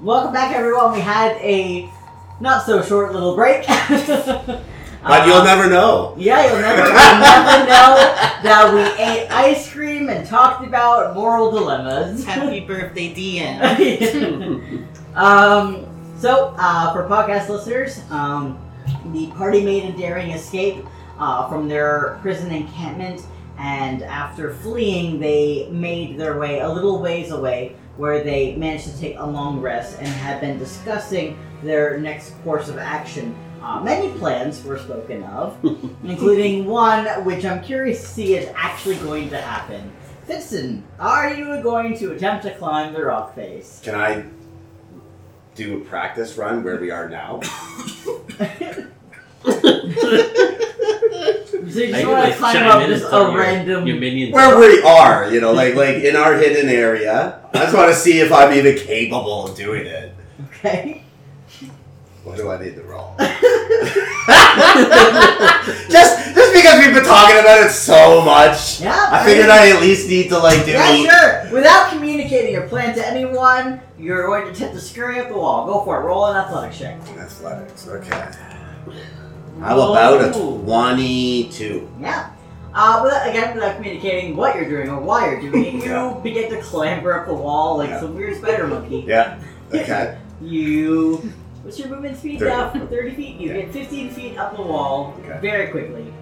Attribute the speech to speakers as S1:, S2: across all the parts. S1: Welcome back, everyone. We had a not so short little break. but
S2: But you'll never know.
S1: Yeah, you'll never, you'll never know that we ate ice cream and talked about moral dilemmas.
S3: Happy birthday, DM.
S1: um, so, uh, for podcast listeners, um, the party made a daring escape uh, from their prison encampment, and after fleeing, they made their way a little ways away where they managed to take a long rest and had been discussing their next course of action. Uh, many plans were spoken of, including one which I'm curious to see is actually going to happen. Fixin, are you going to attempt to climb the rock face?
S2: Can I do a practice run where we are now?
S1: So you
S4: I
S1: just
S4: can,
S1: want
S4: like,
S1: to climb
S4: chime
S1: up
S4: in
S1: just
S4: and
S1: a
S4: tell your-
S1: random.
S4: Your minions.
S2: Where we are, you know, like like in our hidden area. I just want to see if I'm even capable of doing it.
S1: Okay.
S2: What do I need to roll? just just because we've been talking about it so much.
S1: Yeah.
S2: I figured I at least need to like do
S1: Yeah, sure. Without communicating your plan to anyone, you're going to attempt to scurry up the wall. Go for it. Roll an athletics check.
S2: athletics. Okay. How about a
S4: Ooh.
S2: twenty-two?
S1: Yeah. Uh, without, again, without communicating what you're doing or why you're doing it, you
S2: Yeah.
S1: begin to clamber up the wall like
S2: Yeah.
S1: some weird spider monkey.
S2: Yeah. Okay.
S1: You. What's your movement speed
S2: Thirty.
S1: now? 30 feet? You
S2: Yeah.
S1: get 15 feet up the wall
S2: Okay.
S1: very quickly.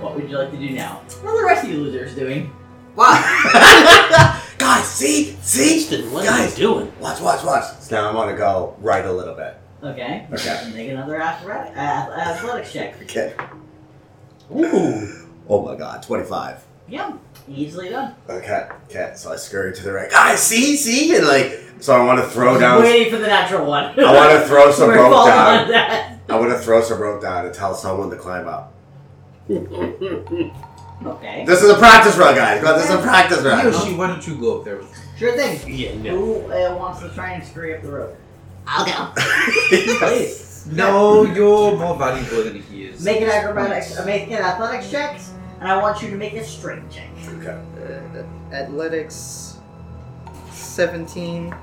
S1: What would you like to do now? What are the rest of you losers doing?
S2: Guys, see, see,
S4: Winston, what are
S2: guys,
S4: you doing?
S2: watch, watch, watch. So now I want to go right a little bit.
S1: Okay.
S2: Okay.
S1: Make another athletic, uh, athletics check.
S2: Okay.
S4: Ooh.
S2: Oh my God, twenty-five.
S1: Yeah, easily done.
S2: Okay. Okay. So I scurry to the right. Guys, see, see, and like, so I want to throw down.
S1: Waiting for the natural one.
S2: I want to throw some
S1: We're
S2: rope
S1: falling
S2: down.
S1: on that.
S2: I want to throw some rope down and tell someone to climb up.
S1: Okay.
S2: This is a practice run, guys. This is a practice run.
S5: Yoshi, why don't you go up there with me?
S1: Sure thing.
S4: Yeah, no.
S1: Who uh, wants to try and scurry up the rope?
S3: I'll go.
S1: Please.
S5: No, you're more valuable than he is.
S1: Make an acrobatics, uh, make an athletics check, and I want you to make a strength check.
S2: okay.
S6: Uh, athletics 17.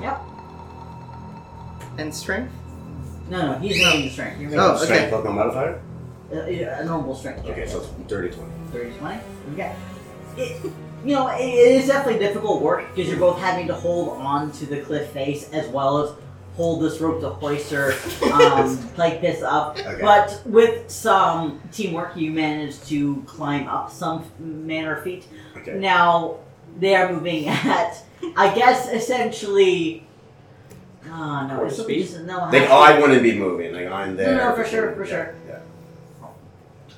S1: Yep.
S6: And strength?
S1: No, no, he's making the strength. You're making
S6: Oh, okay.
S2: Strength plus no modifier.
S1: uh, uh, a normal strength check.
S2: Oh. Okay, so it's dirty twenty.
S1: 30 20. Okay. It, you know, it, it is definitely difficult work because you're both having to hold on to the cliff face as well as hold this rope to hoist her, um, like this up.
S2: Okay.
S1: But with some teamwork, you managed to climb up some manner of feet.
S2: Okay.
S1: Now they are moving at, I guess, essentially. Oh, no,
S4: Quarter
S1: it's
S4: speed?
S1: just- no,
S2: Like
S1: half-
S2: I wouldn't be moving. Like I'm there.
S1: no, for sure, for
S2: Yeah,
S1: sure.
S2: Yeah.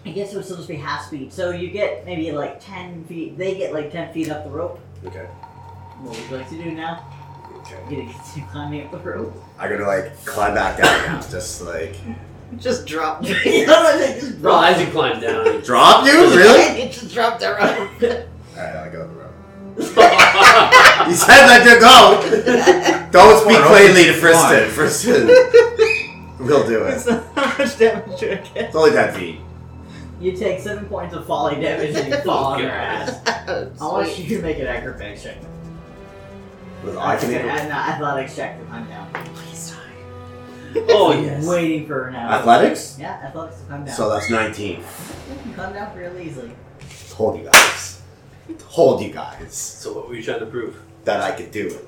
S1: I guess it was supposed to be half speed. So you get maybe like 10 feet. They get like 10 feet up the rope.
S2: Okay.
S1: What would you like to do now?
S2: Okay.
S1: I'm gonna continue climbing up the rope.
S2: I'm gonna like climb back down now. Just like
S6: Just drop.
S1: You know what I'm saying? Just
S4: Well,
S1: roll.
S4: as you climb down.
S2: drop you? Really?
S6: it just dropped that rope.
S2: Alright, I go the road.
S4: I
S2: You said that to go. Don't speak
S5: Come on,
S2: plainly to
S5: come on.
S2: Friston. Friston. We'll do it.
S6: That's not how much damage do I get?
S2: It's only ten feet.
S1: You take 7 points of falling damage and you fall on your
S4: God.
S1: ass.
S6: Oh,
S1: I want you to make an acrobatics check.
S2: With I can handle-
S1: an athletics check to climb down.
S4: Oh, yes.
S1: Waiting for an hour.
S2: athletics?
S1: Yeah, athletics to climb down.
S2: So that's nineteen.
S1: you can climb down really easily.
S2: Told you guys. Told you guys
S4: So what were you trying to prove?
S2: that I could do it.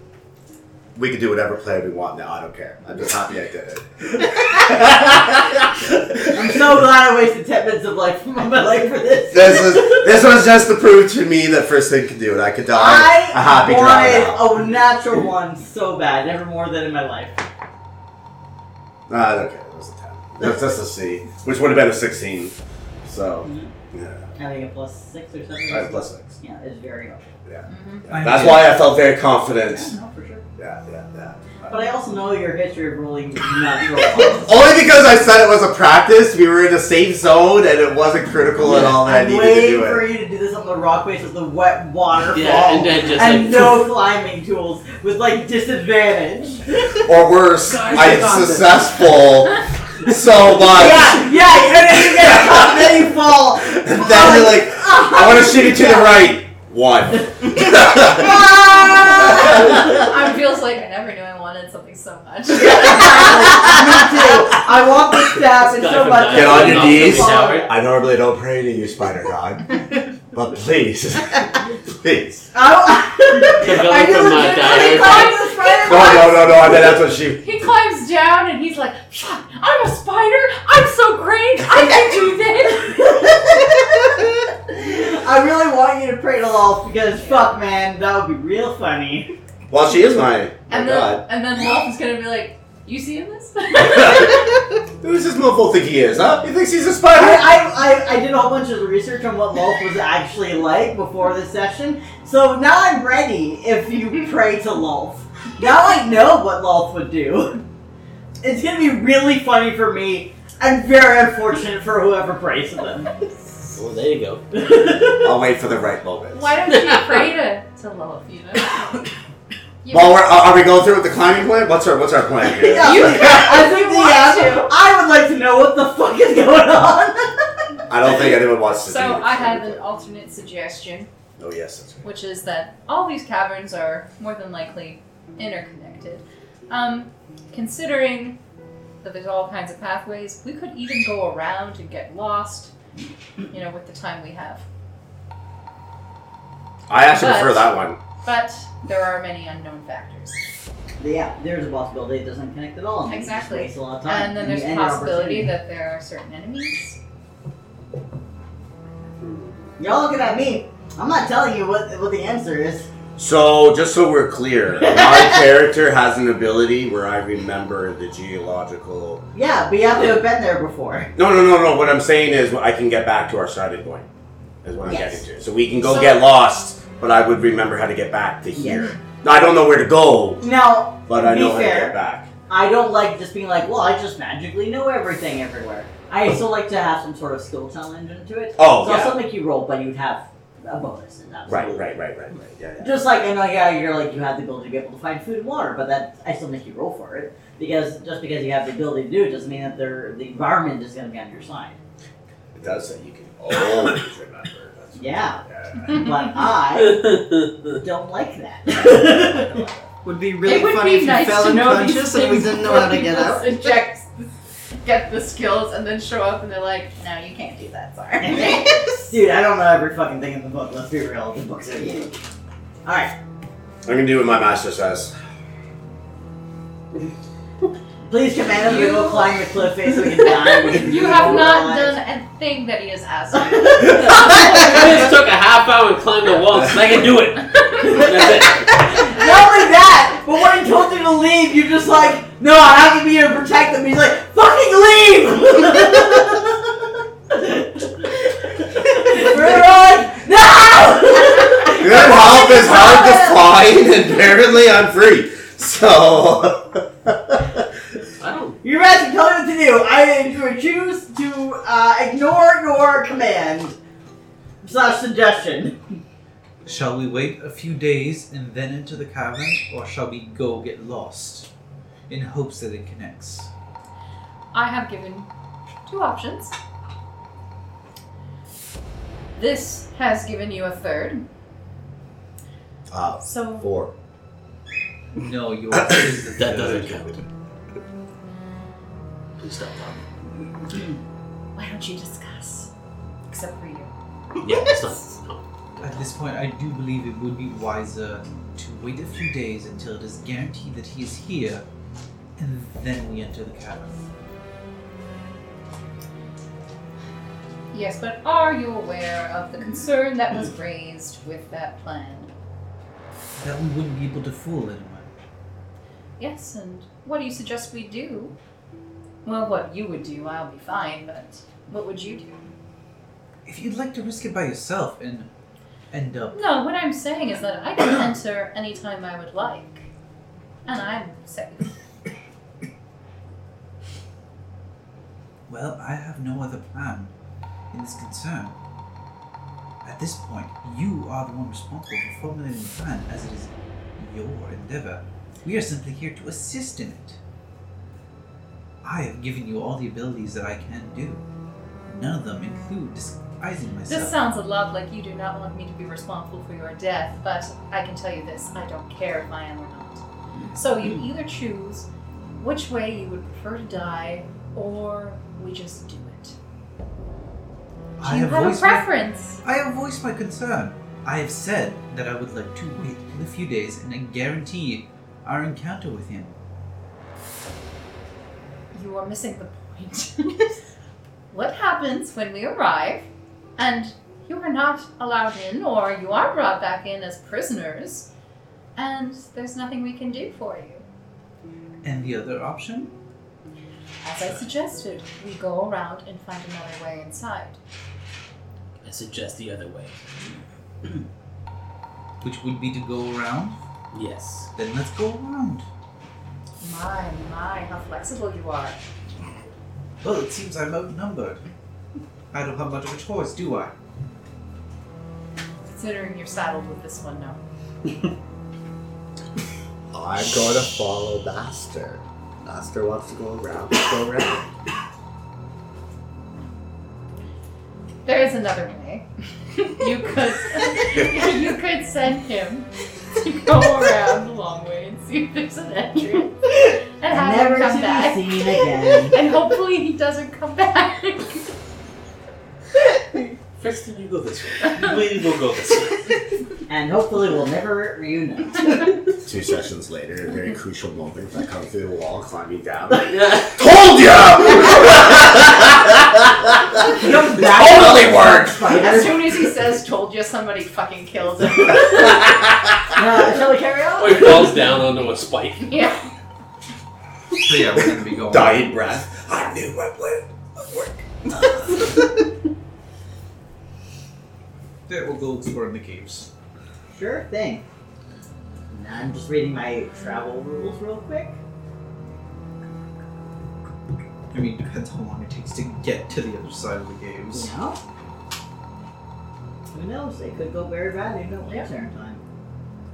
S2: We could do whatever play we want now. I don't care. I'm just happy I did it.
S1: I'm so glad I wasted 10 minutes of life from my life for this.
S2: This is this was just to prove to me that Friston could do it. I could die
S1: I
S2: a happy
S1: wanted
S2: dropout.
S1: a natural one so bad, never more than in my life.
S2: Ah, okay, it was a 10. That's just a C, which would have been a 16. So, yeah.
S1: Having a plus six or something.
S2: I have plus 6.
S1: Yeah, it's very helpful.
S5: I
S2: That's
S5: mean-
S2: why I felt very confident.
S1: Yeah, no, for sure.
S2: Yeah, yeah, yeah.
S1: But I also know your history of rolling natural ones.
S2: Only because I said it was a practice, we were in a safe zone, and it wasn't critical at all that I
S1: I'm
S2: needed to
S1: waiting
S2: do
S1: for
S2: it.
S1: you to do this on the rock face with the wet waterfall.
S4: Yeah, Oh. and then just
S1: and
S4: like.
S1: no climbing tools with like disadvantage.
S2: Or worse,
S5: Guys,
S2: I
S5: get on this.
S2: successful so much
S1: yeah, yeah, and then you get a cup, then you fall.
S2: that you're like, I want to shoot it to the right. One.
S1: Ah!
S7: I feels like I never knew I wanted something so
S1: happens
S4: This guy
S1: so
S4: from
S1: much. that
S4: Diamond
S2: Get on
S1: we
S2: your
S1: don't
S2: knees.
S1: follow it.
S2: I normally don't pray to you, Spider God, but please, please.
S1: Oh,
S4: The
S1: are
S4: villain
S1: you
S4: from my
S1: legitimately
S4: diary.
S1: calling the spider
S2: No, no, no, no. I mean that's what she.
S7: He climbs down and he's like, "Phew, I'm a spider. I'm so great. I can do
S2: Oh
S7: this.
S1: I really want you to pray to Lolf because fuck, man, that would be real funny.
S2: Well, she is my. my
S7: And
S2: God.
S7: then, and then Wolf is going to be like, You seeing this?
S2: Who's this mofo think he is, huh? He thinks he's a
S1: I,
S2: spider?
S1: I, I, I did a whole bunch of research on what Lolf was actually like before this session, so now I'm ready if you pray to Lolf. Now I know what Lolf would do. It's gonna be really funny for me and very unfortunate for whoever prays to them.
S4: Well, there you go.
S2: I'll wait for the right moment.
S7: Why don't you pray to, to Lolf, you know? You
S2: While we're, are are we going through with the climbing plan? What's our What's our plan here?
S1: Yeah,
S6: You-
S1: I think
S7: you
S1: the
S7: want
S1: answer- I would like to know what the fuck is going on.
S2: I don't think anyone wants to. do
S7: So
S2: the
S7: I have
S2: climbing
S7: an alternate suggestion,
S2: plan. Oh yes, that's right.
S7: which is that all these caverns are more than likely interconnected. Um, considering that there's all kinds of pathways, we could even go around and get lost. You know, with the time we have,
S2: I actually prefer
S7: But-
S2: that one.
S7: but there are many unknown factors,
S1: Yeah, there's a possibility it doesn't connect at all. and you just
S7: Exactly.
S1: Waste a lot of time.
S7: and then there's
S1: you
S7: a
S1: end your
S7: possibility
S1: opportunity.
S7: that there are certain enemies.
S1: Y'all looking at me. I'm not telling you what what the answer is.
S2: So just so we're clear, my character has an ability where I remember the geological.
S1: Yeah, but you have to have been there before.
S2: No, no, no, no. What I'm saying is I can get back to our starting point. Is what I'm
S7: Yes.
S2: getting to. So we can go
S7: So-
S2: get lost, but I would remember how to get back to
S1: Yeah.
S2: here. Now, I don't know where to go,
S1: Now,
S2: but I
S1: Be
S2: know how to
S1: fair.
S2: get back.
S1: I don't like just being like, well, I just magically know everything everywhere. I still like to have some sort of skill challenge into it.
S2: Oh
S1: so
S2: yeah.
S1: I'll still make you roll, but you'd have a bonus in that.
S2: Right, right, right, right, right. Yeah, yeah.
S1: Just like in like yeah, you're like you have the ability to be able to find food and water, but that I still make you roll for it because just because you have the ability to do it doesn't mean that they're- the environment is going to be on your side.
S2: It does say you can always remember. That's what-
S1: Yeah.
S2: yeah.
S1: But I don't like that.
S2: I don't like that.
S6: Would be really
S7: it would
S6: funny
S7: be
S6: if you
S7: nice
S6: fell
S7: to know
S6: unconscious and
S7: these
S6: we
S7: things
S6: didn't know
S7: before
S6: how to get
S7: people
S6: out.
S7: Inject, get the skills, and then show up and they're like, "No, you can't do that. Sorry."
S1: Dude, I don't know every fucking thing in the book. Let's be real. The book's are Alright.
S2: I'm gonna do what my master says.
S1: Please command him to go
S7: You-
S1: climb the cliff face so we can die. when
S7: You have not
S1: arrive.
S7: done a thing that he has asked you.
S4: I just took a half hour and climbed the wall because I can do it. That's it.
S1: Not only that, but when he told you to leave, you're just like, no, I have to be here to protect them. He's like, fucking leave! We're like, no!
S2: Good help is hard to find, and apparently I'm free. So
S4: I don't.
S1: You're asking tell me what to do. I choose to uh, ignore your command slash suggestion.
S5: Shall we wait a few days and then enter the cavern, or shall we go get lost in hopes that it connects?
S7: I have given two options. This has given you a third.
S2: uh,
S7: So
S2: four.
S5: No, yours is the
S4: That doesn't
S5: third.
S4: count. Please stop talking.
S7: why don't you discuss? Except for you.
S4: Yeah, it's not. No.
S5: At this point, I do believe it would be wiser to wait a few days until it is guaranteed that he is here, and then we enter the cavern.
S7: Yes, but are you aware of the concern that was raised with that plan?
S5: That we wouldn't be able to fool anyone.
S7: Yes, and what do you suggest we do? Well, what you would do, I'll be fine, but what would you do?
S5: If you'd like to risk it by yourself and end up,
S7: No, what I'm saying is that I can enter anytime I would like. And I'm safe.
S5: well, I have no other plan in this concern. At this point, you are the one responsible for formulating the plan, as it is your endeavor. We are simply here to assist in it. I have given you all the abilities that I can do. None of them include disguising myself.
S7: This sounds a lot like you do not want me to be responsible for your death, but I can tell you this I don't care if I am or
S5: Hmm.
S7: not. So you either choose which way you would prefer to die, or We just do it.
S5: I
S7: you
S5: have
S7: have a
S5: voiced my-
S7: preference.
S5: I have voiced my concern. I have said that I would like to wait in a few days and I guarantee our encounter with him.
S7: You are missing the point. what happens when we arrive and you are not allowed in or you are brought back in as prisoners and there's nothing we can do for you?
S5: And the other option?
S7: As I suggested, we go around and find another way inside.
S4: I suggest the other way.
S5: Which would be to go around?
S4: Yes.
S5: Then let's go around.
S7: My, my, how flexible you are.
S5: Well, it seems I'm outnumbered. I don't have much of a choice, do I?
S7: Considering you're saddled with this one now.
S8: I'm going to follow Master. Master wants to go around. Let's go around.
S7: There is another way. you could you could send him to go around the long way and see if there's an entrance. And have
S1: Never
S7: him come
S1: to
S7: back.
S1: be seen again.
S7: And hopefully he doesn't come back.
S4: First, you go this way. We will go this way.
S1: and hopefully we'll never reunite.
S2: Two sessions later, a very crucial moment. I come through the wall, climbing down.
S4: Yeah.
S2: Told ya! totally worked.
S7: as
S1: Spider.
S7: soon as he says told you somebody fucking kills him.
S1: Uh, shall we carry on?
S4: Or he falls down onto a spike.
S7: yeah.
S5: So yeah, we're gonna be going.
S2: Dying breath. I knew my plan would work.
S5: Yeah, we'll go explore in the caves.
S1: Sure thing. Now I'm just reading my travel rules real quick.
S5: I mean, depends how long it takes to get to the other side of the
S1: You
S5: caves.
S1: know? Who knows? They could go very bad in the last turn time.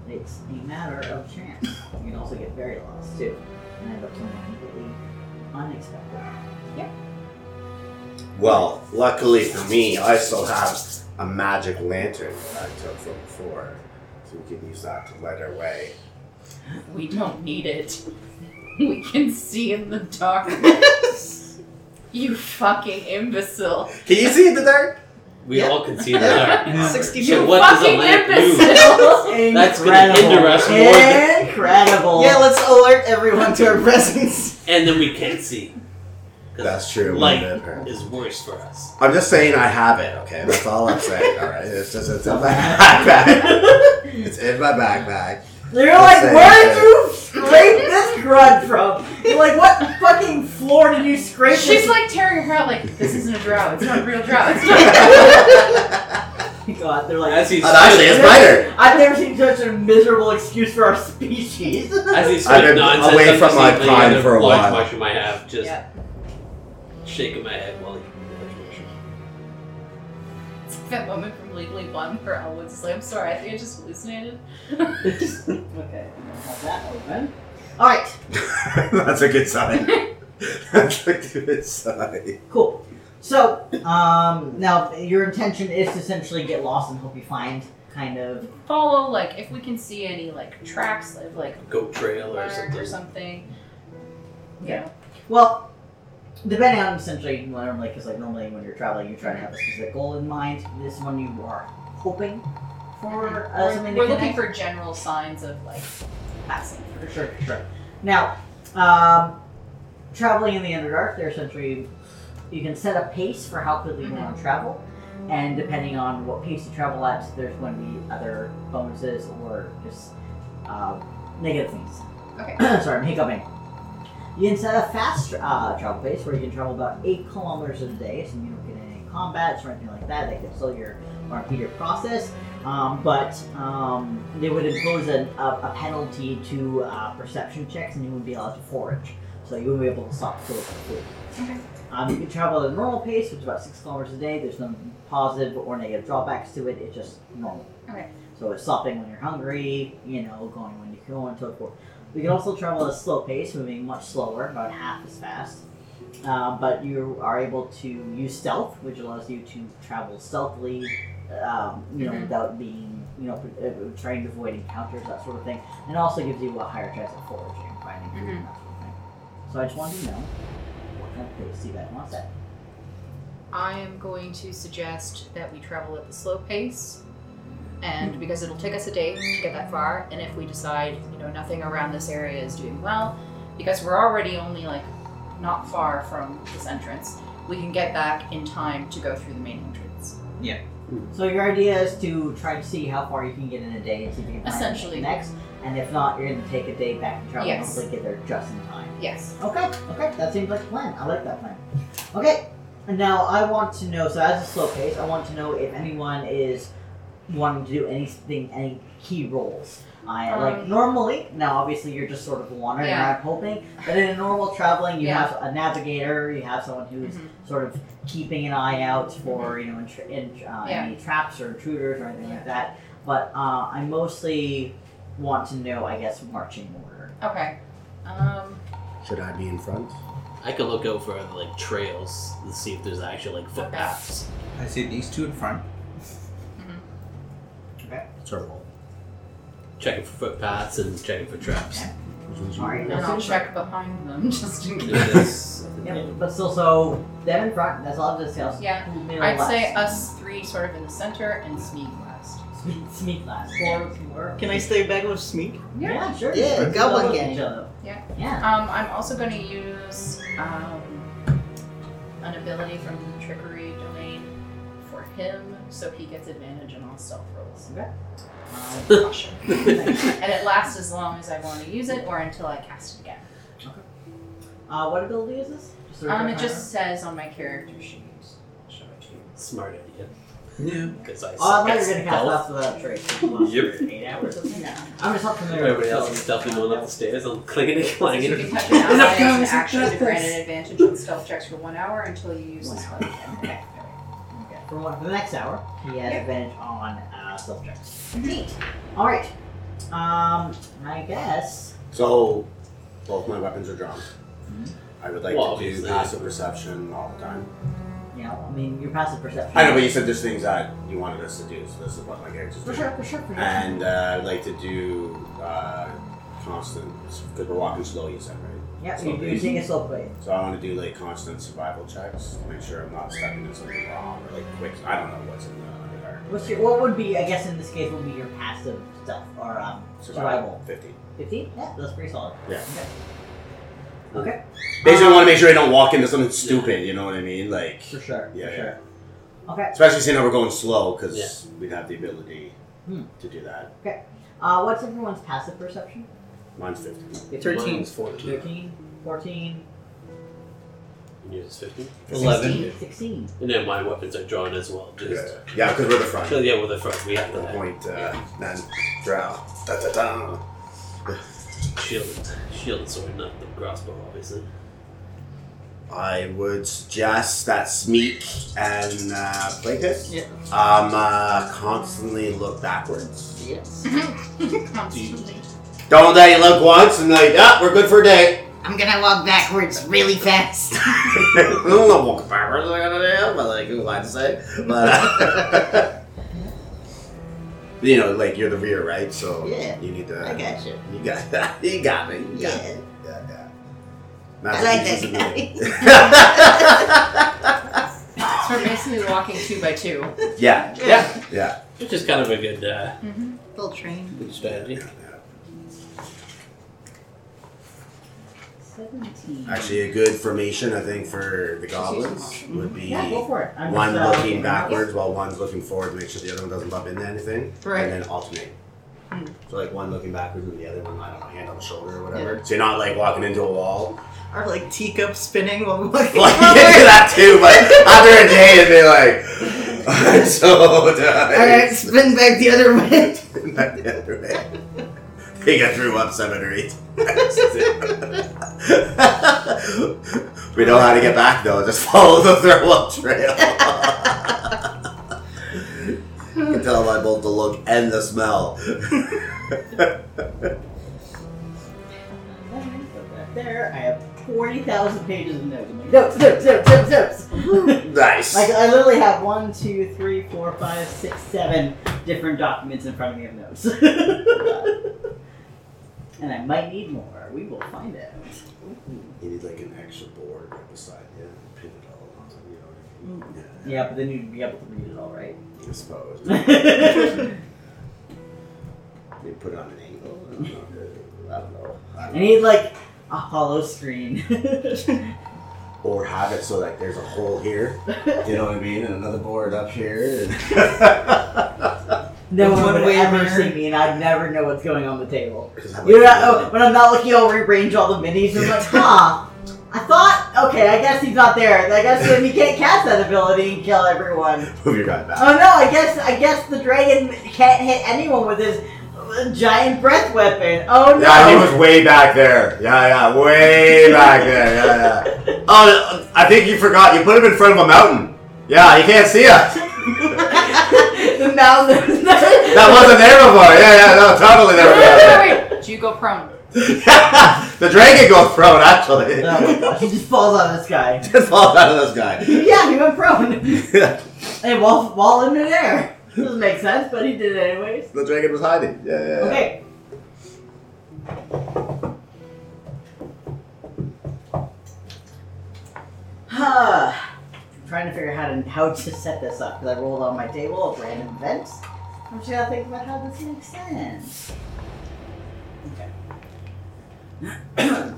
S1: It's a matter of chance. You can also get very lost too. And end up somewhere completely unexpected.
S2: Well, luckily for me, I still have a magic lantern that I took from before, so we can use that to light our way.
S7: We don't need it. We can see in the dark. you fucking imbecile.
S2: Can you see in the dark?
S4: We all can see that.
S6: Sixty
S4: So
S6: feet.
S4: what does a
S7: fucking
S4: lamp do?
S7: imbecile!
S4: That's gonna
S1: Incredible.
S4: hinder us more than-
S1: Incredible.
S6: Yeah, let's alert everyone to our presence.
S4: And then we can't see. 'Cause
S2: That's true.
S4: Light
S2: wouldn't it, apparently?
S4: is worse for us.
S2: I'm just saying I have it. Okay, that's all I'm saying. All right, it's just it's in my backpack. it's in my backpack.
S1: They're like,
S2: Same
S1: where did
S2: thing.
S1: you scrape this grunt from? You're like, what fucking floor did you scrape
S7: She's
S1: this?
S7: like tearing her out, like, this isn't a drow. It's not a real drow. It's
S1: God, they're like,
S4: As he's
S2: And actually, it's lighter.
S1: I've never seen such a miserable excuse for our species.
S4: As he's
S2: I've been
S4: nonsense,
S2: away
S4: I'm
S2: from
S4: just
S2: my
S4: thinking
S2: prime
S4: of
S2: for a
S4: large
S2: while.
S4: mushroom I have, just
S7: Yeah.
S4: shaking my head while he large mushroom.
S7: It's like that moment from Legally Blonde where Elwood's just like, I'm sorry, I think I just hallucinated.
S1: Okay, have that open. Alright,
S2: that's a good sign. that's a good sign.
S1: cool. So, um, now your intention is to essentially get lost and hope you find kind of.
S7: Follow, like, if we can see any, like, tracks of, like,
S4: Goat trail or
S7: mark
S4: something.
S7: or something.
S1: Yeah.
S7: Yeah.
S1: Well, depending on essentially what I'm like, because like normally when you're traveling, you try to have a specific goal in mind. This one you are hoping for uh,
S7: We're,
S1: something
S7: we're
S1: to
S7: looking
S1: connect.
S7: for general signs of, like, passing through.
S1: Sure, sure. Now, um, traveling in the Underdark, they're essentially you can set a pace for how quickly you want to travel, and depending on what pace you travel at, there's going to be other bonuses or just uh, negative things.
S7: Okay.
S1: Sorry, I'm hiccuping. You can set a fast uh, travel pace where you can travel about eight kilometers a day, so you don't get any combats or anything like that. That can slow your or impede your process. Um, but um, they would impose a, a, a penalty to uh, perception checks, and you wouldn't be allowed to forage. So you wouldn't be able to stop to look for food.
S7: Okay.
S1: Um, you can travel at a normal pace, which is about six kilometers a day. There's no positive or negative drawbacks to it. It's just normal.
S7: Okay.
S1: So it's stopping when you're hungry, you know, going when you go, and so forth. We can also travel at a slow pace, moving much slower, about half as fast. Uh, but you are able to use stealth, which allows you to travel stealthily, um, you know,
S7: Mhm.
S1: without being, you know, pr- uh, trying to avoid encounters, that sort of thing. And
S7: Mm-hmm.
S1: also gives you a higher chance of foraging, finding food, and that sort of thing. So I just wanted to know what Okay, see that. What's that?
S7: I am going to suggest that we travel at the slow pace, and because it'll take us a day to get that far, and if we decide, you know, nothing around this area is doing well, because we're already only like not far from this entrance, we can get back in time to go through the main entrance.
S1: So your idea is to try to see how far you can get in a day and see if you can find
S7: Essentially.
S1: next. And if not, you're going to take a day back and travel
S7: Yes.
S1: and hopefully get there just in time.
S7: Yes.
S1: Okay, okay, that seems like a plan. I like that plan. Okay, now I want to know. So as a slow pace, I want to know if anyone is wanting to do anything, any key roles. I like
S7: Um,
S1: normally. Now, obviously, you're just sort of wandering
S7: Yeah.
S1: around hoping. But in a normal traveling, you
S7: Yeah.
S1: have a navigator. You have someone who's
S7: Mhm.
S1: sort of keeping an eye out for you know intr- in, uh,
S7: Mm-hmm. Yeah.
S1: any traps or intruders or anything like that. But uh, I mostly want to know, I guess, marching order.
S7: Okay. Um,
S8: Should I be in front?
S4: I could look out for like trails to see if there's actually like footpaths.
S5: I say these two in front.
S8: Turtle.
S4: Checking for footpaths and checking for traps.
S1: Alright,
S7: and
S1: that
S7: I'll
S1: seems like-
S7: check behind them just in
S4: If
S7: case.
S4: it's-
S1: Yeah, but still, so them in front. That's all the sales.
S7: Yeah,
S1: Who may
S7: I'd
S1: last?
S7: say us three sort of in the center and Sneak last.
S1: Smeek- Smeek last. Or, or
S6: Can I stay back with Smeek?
S1: yeah. sure.
S6: Yeah,
S1: Let's
S6: go
S1: look
S6: one
S1: at
S6: gang.
S1: each other.
S7: Yeah.
S1: Yeah.
S7: Um, I'm also going to use um, an ability from the trickery domain for him, so he gets advantage on all stealth rolls.
S1: Okay.
S7: Um, caution. and it lasts as long as I want to use it or until I cast it again.
S1: Uh, what ability is this? Just sort of
S7: Um,
S1: a
S7: it just says on my character sheet. I'll show it to you.
S4: Smart idea.
S5: Yeah.
S4: Because I
S1: Oh, I thought
S4: suck
S1: you
S4: at
S1: were gonna cast
S4: stealth.
S1: off without trace. You lost
S4: Yep.
S1: your Eight hours.
S7: No.
S1: I'm just not familiar.
S4: Everybody
S1: with
S4: else is
S1: stealth.
S4: stealthing going up the stairs and clicking and clanging.
S7: You can touch an ally as an
S4: guys,
S7: action to grant an advantage on stealth checks for one hour until you use this weapon. Okay.
S1: Okay. For, one, for the next hour, he has
S7: Yeah.
S1: advantage on uh, stealth checks. Neat. All right. Um, I guess.
S2: So, both my weapons are drawn. I would like
S4: Hmm? Well,
S2: to do
S4: obviously.
S2: passive perception all the time.
S1: You know, I mean, your passive perception.
S2: I know, but you said there's things that you wanted us to do, so this is what my character's
S1: For
S2: doing.
S1: sure. For sure. For sure.
S2: And uh, I'd like to do uh, constant, because we're walking slow, you said, right?
S1: yeah,
S2: so
S1: you're
S2: basic.
S1: using a slow play.
S2: So I want to do like constant survival checks to make sure I'm not stuck into something wrong or like quick. I don't know what's in the underdark.
S1: What's your, what would be, I guess in this case, would be your passive stuff or um, survival?
S2: 50.
S1: 15? Yeah, that's pretty solid.
S2: Yeah.
S1: Okay. Okay.
S2: Basically,
S1: Um,
S2: I want to make sure I don't walk into something stupid, you know what I mean? Like,
S1: For sure.
S2: Yeah,
S1: for
S2: yeah.
S1: sure. Okay.
S2: especially seeing how we're going slow because
S4: Yeah.
S2: we'd have the ability
S1: Hmm.
S2: to do that.
S1: Uh, what's everyone's passive perception?
S2: Mine's 50.
S6: 13.
S8: 14.
S1: 13, 14,
S4: Yours is 15.
S1: 16, 16.
S4: And then my weapons are drawn as well. Just
S2: Yeah, yeah, because we're the front.
S4: So yeah, with the front, we have
S2: We'll
S4: the
S2: point, uh, then drow. Da, da, da.
S4: shield, shield and sword, not the crossbow, obviously.
S2: I would suggest that Smeek and uh, Plagueis
S6: Yeah.
S2: um, uh, constantly look backwards.
S6: Yes.
S7: Constantly.
S2: Don't they look once and like, ah, we're good for a day.
S3: I'm gonna walk backwards really fast.
S2: I don't know walk backwards like I am, but like, who am I to say? But uh, you know, like you're the rear, right? So
S6: Yeah.
S2: you need to.
S6: I got you.
S2: You got that. You got me. You got me.
S6: Yeah.
S2: Yeah, yeah.
S3: I like that
S7: So we're basically walking two by two.
S2: yeah,
S6: Yeah.
S2: yeah.
S4: Which is kind of a good, uh,
S7: Mm-hmm.
S3: Full train.
S4: good strategy.
S2: Actually, a good formation, I think, for the goblins would be
S1: Yeah, go for it. I'm
S2: one
S1: just, uh,
S2: looking backwards while one's looking forward to make sure the other one doesn't bump into anything,
S3: Right.
S2: and then alternate.
S1: Hmm.
S2: So like one looking backwards and the other one, I don't know, hand on the shoulder or whatever. So you're not like walking into a wall.
S6: Are like teacup spinning while walking.
S2: Well, you can do that too, but after a day, it'd be like, I'm so tired.
S6: Alright, spin back the other way.
S2: Back the other way. He got threw up seven or eight. we know how to get back though. Just follow the throw up trail. you can tell by both the look and the smell.
S1: There, I have 40,000 pages of notes. Notes, notes, notes, notes, notes.
S2: nice.
S1: Like I literally have one, two, three, four, five, six, seven different documents in front of me of notes. and I might need more. We will find out.
S2: You need like an extra board right beside you and pin it all on. You know what I mean? Yeah.
S1: Yeah, but then you'd be able to read it all right.
S2: I suppose. they put it on an angle. I don't know. I don't know. I
S1: I
S2: don't know.
S1: need like a hollow screen.
S2: Or have it so like there's a hole here. You know what I mean? And another board up here. And
S1: no one
S6: One
S1: would
S6: way
S1: ever
S6: mirror.
S1: see me, and I'd never know what's going on the table.
S2: 'Cause I'm
S1: You know,
S2: like-
S1: oh, when I'm not looking, I'll rearrange all the minis. I'm like, huh. I thought, okay, I guess he's not there. I guess then he can't cast that ability and kill everyone.
S2: Move your guy back.
S1: Oh no, I guess I guess the dragon can't hit anyone with his uh, giant breath weapon. Oh no.
S2: Yeah, he was way back there. Yeah, yeah, way back there. Yeah, yeah. Oh, I think you forgot. You put him in front of a mountain. Yeah, he can't see us.
S1: the mountain.
S2: That wasn't there before. Yeah, yeah, no, totally there before.
S7: Do you go prone?
S2: the dragon goes prone, actually.
S1: oh my gosh, he just falls on this guy.
S2: Just falls out of this guy.
S1: yeah, he went prone. And while while in midair. Doesn't make sense, but he did it anyways.
S2: the dragon was hiding. Yeah, yeah, yeah.
S1: Okay. Huh. I'm trying to figure out how to how to set this up because I rolled on my table of random events. I'm just gotta think about how this makes sense. Okay.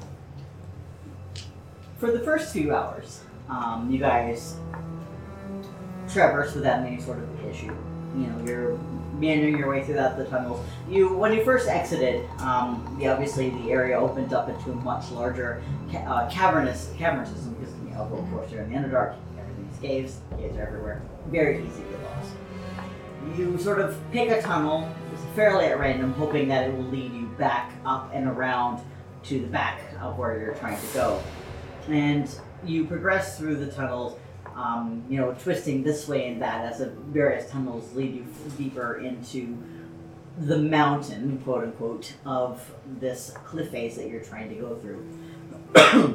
S1: For the first few hours, um, you guys traverse without any sort of issue. You know, you're meandering your way throughout the tunnels. You, when you first exited, um, the, obviously the area opened up into a much larger ca- uh, cavernous cavern system because you know, of course, you're in the Underdark. Everything's caves. Caves are everywhere. Very easy to get lost. You sort of pick a tunnel fairly at random, hoping that it will lead you back up and around to the back of where you're trying to go. And you progress through the tunnels um, you know, twisting this way and that as the various tunnels lead you deeper into the mountain, quote unquote, of this cliff face that you're trying to go through.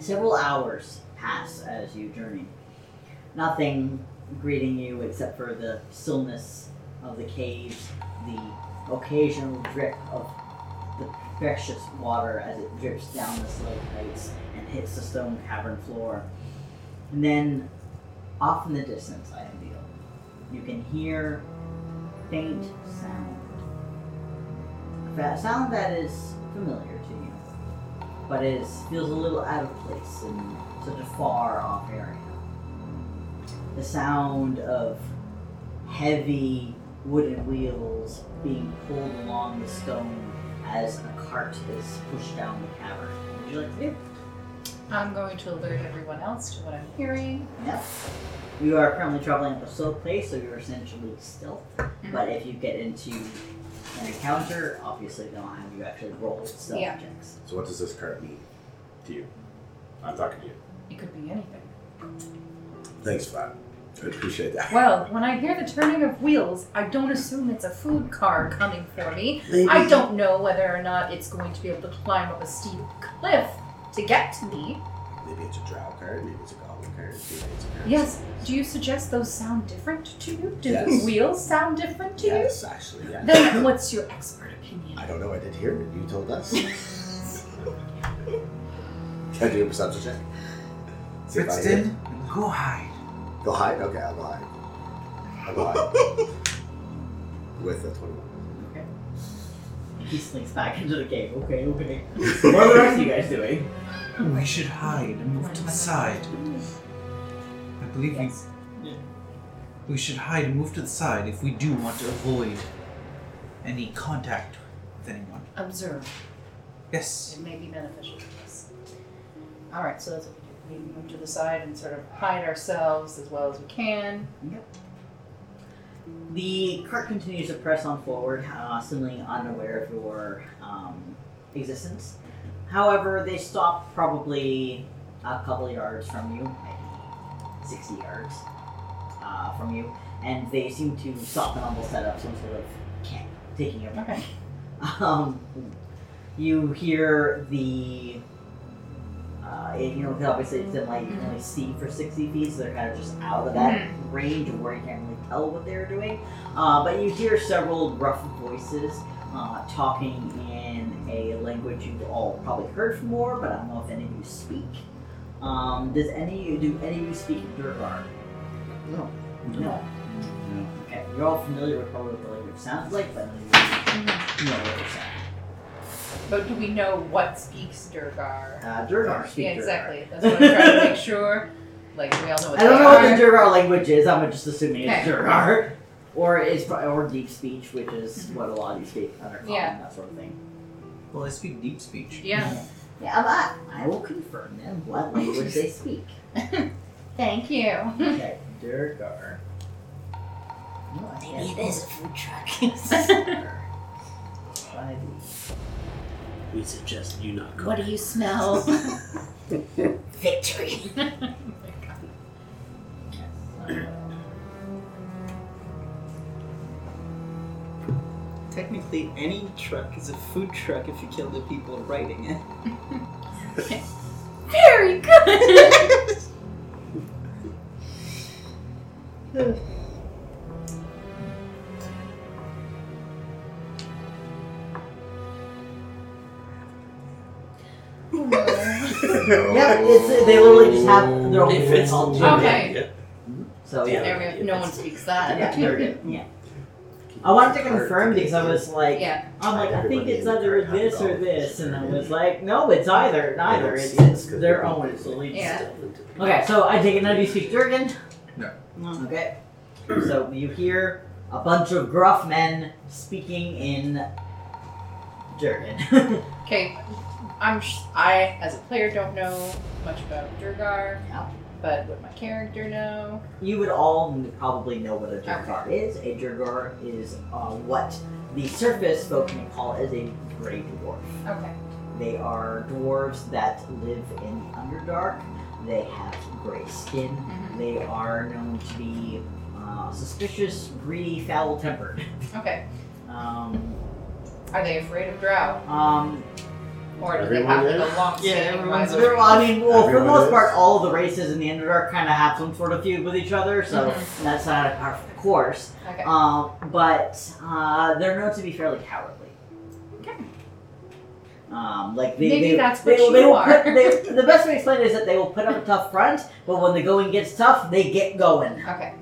S1: Several hours pass as you journey. Nothing greeting you except for the stillness of the caves, the occasional drip of the precious water as it drips down the slope heights and hits the stone cavern floor. And then off in the distance, I feel, you can hear faint sound. A sound that is familiar to you, but is feels a little out of place in such a far off area. The sound of heavy wooden wheels being pulled along the stone as a cart is pushed down the cavern. What would you like to do?
S7: I'm going to alert everyone else to what I'm hearing.
S1: Yep. You are currently traveling at the slow pace, so you're essentially stealth. But if you get into an encounter, obviously they'll have you actually roll stealth
S7: Yeah.
S1: checks.
S2: So what does this card mean to you? I'm talking to you.
S7: It could be anything.
S2: Thanks for that. I appreciate that.
S7: Well, when I hear the turning of wheels, I don't assume it's a food car coming for me. I don't know whether or not it's going to be able to climb up a steep cliff to get to me.
S2: Maybe it's a drow card. Maybe it's a goblin card. Maybe it's a card.
S7: Yes, do you suggest those sound different to you? Do
S2: Yes.
S7: the wheels sound different to
S2: Yes, actually,
S7: you?
S2: yeah.
S7: Then what's your expert opinion?
S2: I don't know. I did hear it. You told us. Can I do a perception check? See if I hear.
S5: Brixton, go hide.
S2: Go hide. Okay, I'll go hide. I'll go hide. With a twenty-one.
S1: Okay. He slinks back into the cave. Okay, okay. what are the rest of you guys doing?
S5: We should hide and move to the side. I believe we.
S1: Yeah.
S5: We should hide and move to the side if we do want to avoid any contact with anyone.
S7: Observe.
S5: Yes.
S7: It may be beneficial to us. All right, so that's what we do. We move to the side and sort of hide ourselves as well as we can.
S1: The cart continues to press on forward, uh, seemingly unaware of your um, existence. However, they stop probably a couple yards from you, maybe 60 yards uh, from you, and they seem to stop and almost set up some sort of camp, taking it
S7: Okay.
S1: um, you hear the uh, you know 'cause obviously it's in like you can only see for 60 feet so they're kind of just out of that range of where you can't really tell what they're doing uh, but you hear several rough voices uh, talking in a language you've all probably heard from more, but I don't know if any of you speak. Um, does any do any of you speak Durgar?
S9: No.
S1: No. Okay, you're all familiar with probably what the language sounds like, but none of you know what it sounds.
S7: But do we know what speaks Durgar?
S1: Uh, Durgar speak
S7: Yeah,
S1: Durgar.
S7: exactly. That's what I'm trying to make sure. Like we all know what
S1: I don't
S7: they
S1: know
S7: are.
S1: what the Durgar language is. I'm just assuming it's
S7: Okay.
S1: Durgar, or is pro- or deep speech, which is what a lot of you speak under common,
S7: Mm-hmm. Yeah.
S1: that sort of thing.
S5: Well, I speak deep speech.
S7: yeah.
S1: Yeah, but I will confirm them what language they speak.
S7: Thank you.
S1: Okay, Durgar. No, I
S10: Maybe
S1: can't.
S10: it is a food truck.
S1: Five E.
S4: We suggest you not
S10: what do you smell? Victory.
S9: Technically, any truck is a food truck if you kill the people riding it.
S7: Very good.
S1: Yeah, it's, they literally just have their own
S4: It fits.
S1: all
S4: Yeah,
S7: Okay.
S4: yeah.
S1: So
S4: Yeah.
S1: yeah,
S7: There we- no one speaks that.
S1: yeah, they're good. Yeah. I wanted to confirm because I was like,
S7: Yeah.
S1: I'm like, I think it's either this or this, and I was like, no, it's either, neither.
S2: Yeah,
S1: It's,
S2: it's-
S1: it's
S2: it's
S1: their
S2: good.
S1: own. It's the least.
S7: Yeah.
S1: Okay, so I take it none of you speak Durgan?
S5: No.
S1: No. Okay. So you hear a bunch of gruff men speaking in Durgan.
S7: Okay. I'm. Sh- I, as a player, don't know much about Durgar.
S1: Yeah.
S7: But would my character know?
S1: you would all n- probably know what a Durgar is. A Durgar is uh, what the surface folk may call as a gray dwarf.
S7: Okay.
S1: They are dwarves that live in the Underdark. They have gray skin.
S7: Mhm.
S1: They are known to be uh, suspicious, greedy, foul-tempered.
S7: Okay.
S1: Um,
S7: Are they afraid of Drow,
S1: um,
S7: or do they
S2: Everyone
S7: have
S2: is?
S7: the long
S9: Yeah, everyone's
S1: They're- well, I mean, well, for the
S2: Everyone
S1: most
S2: is.
S1: part, all the races in the Underdark kind of have some sort of feud with each other, so
S9: Mm-hmm.
S1: that's not a part of the course.
S7: Okay.
S1: Um, but uh, they're known to be fairly cowardly.
S7: Okay.
S1: Um, like they,
S7: Maybe
S1: they,
S7: that's
S1: they,
S7: what
S1: will- they
S7: you
S1: will
S7: are.
S1: Put, they, the best way to explain it is that they will put up a tough front, but when the going gets tough, they get going.
S7: Okay.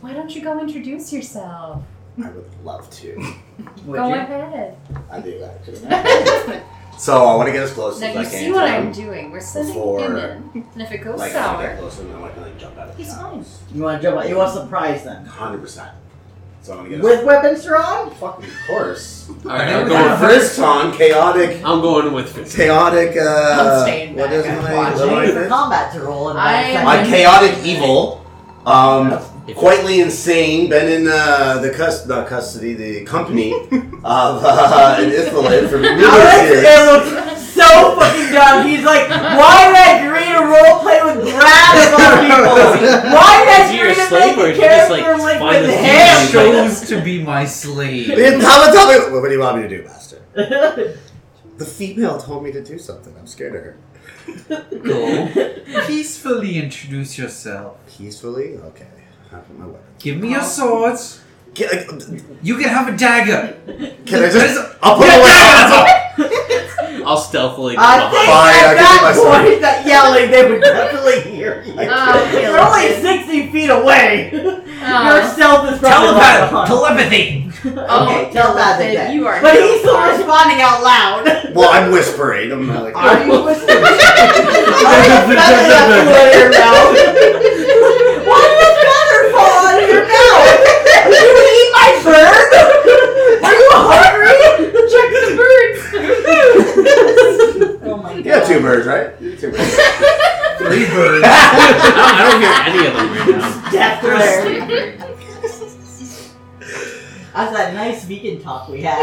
S7: Why don't you go introduce yourself?
S2: I would love to.
S1: Would
S7: go
S1: you?
S7: ahead.
S2: I do actually.
S7: now
S2: So I want to get as close as
S7: you
S2: I can.
S7: see what
S2: to
S7: I'm
S2: him.
S7: doing. We're sending
S2: before-
S7: him in, and if it goes
S2: Like, I get
S7: sour,
S2: close and I want to like jump out of
S7: He's
S1: You want to jump out? You want to surprise them
S2: Hundred percent. So I'm gonna get.
S1: with weapons drawn?
S2: fucking of course.
S4: All right,
S5: I'm
S4: I'm
S5: going
S4: going.
S5: for-
S2: Friston, chaotic,
S4: I'm going with Fitz.
S2: chaotic.
S7: I'm
S2: Uh,
S7: staying
S2: what
S7: back.
S2: is
S7: I'm
S2: my
S7: watching.
S2: what am I
S1: Need for
S2: first?
S1: combat to roll. In about
S7: I
S1: a second.
S2: My chaotic evil. Um, quietly insane. Been in uh, the cus- the custody, the company of uh, an Ithalid for numerous
S1: Alex,
S2: years.
S1: it looks so fucking dumb. He's like, why did I agree to roleplay with grabs on people? Why did I
S4: Is he
S1: agree
S4: your
S1: to
S4: slave, or
S1: make
S4: did
S1: a
S4: you just, like,
S1: character like
S4: find
S1: with
S4: this
S5: I
S1: him?
S5: chose to be my slave.
S2: Tell me, tell me. What do you want me to do, Master? The female told me to do something. I'm scared of her.
S5: Go peacefully introduce yourself.
S2: Peacefully? Okay. I put my weapon.
S5: Give me your swords.
S2: Can,
S5: You can have a dagger.
S2: can I
S5: There's
S2: just? Oh,
S5: a-
S2: I'll put my weapon.
S4: I'll stealthily go
S1: I think
S4: behind.
S2: Fine, I
S1: at that
S2: can do my
S1: point, that yelling, they would definitely hear you.
S7: Oh,
S2: I
S1: You're only 60 feet away. Your
S7: Oh.
S1: self is probably not
S5: Telepath-
S1: on.
S5: telepathy.
S1: Okay, tell that
S7: then
S1: then.
S7: you are.
S1: But he's still
S7: terrified.
S1: responding out loud.
S2: can't. Well, I'm whispering. I'm not like.
S1: Are you listening? I'm especially up to where you're now. Why did this feather fall out of your mouth? Did you eat my bird? Are you hungry? Check the birds. oh my god.
S2: You got two birds, right? You got two birds.
S5: Three birds.
S4: I don't, I don't hear any of them right now.
S1: Death glare.
S5: Birds.
S1: That's that nice vegan talk we had.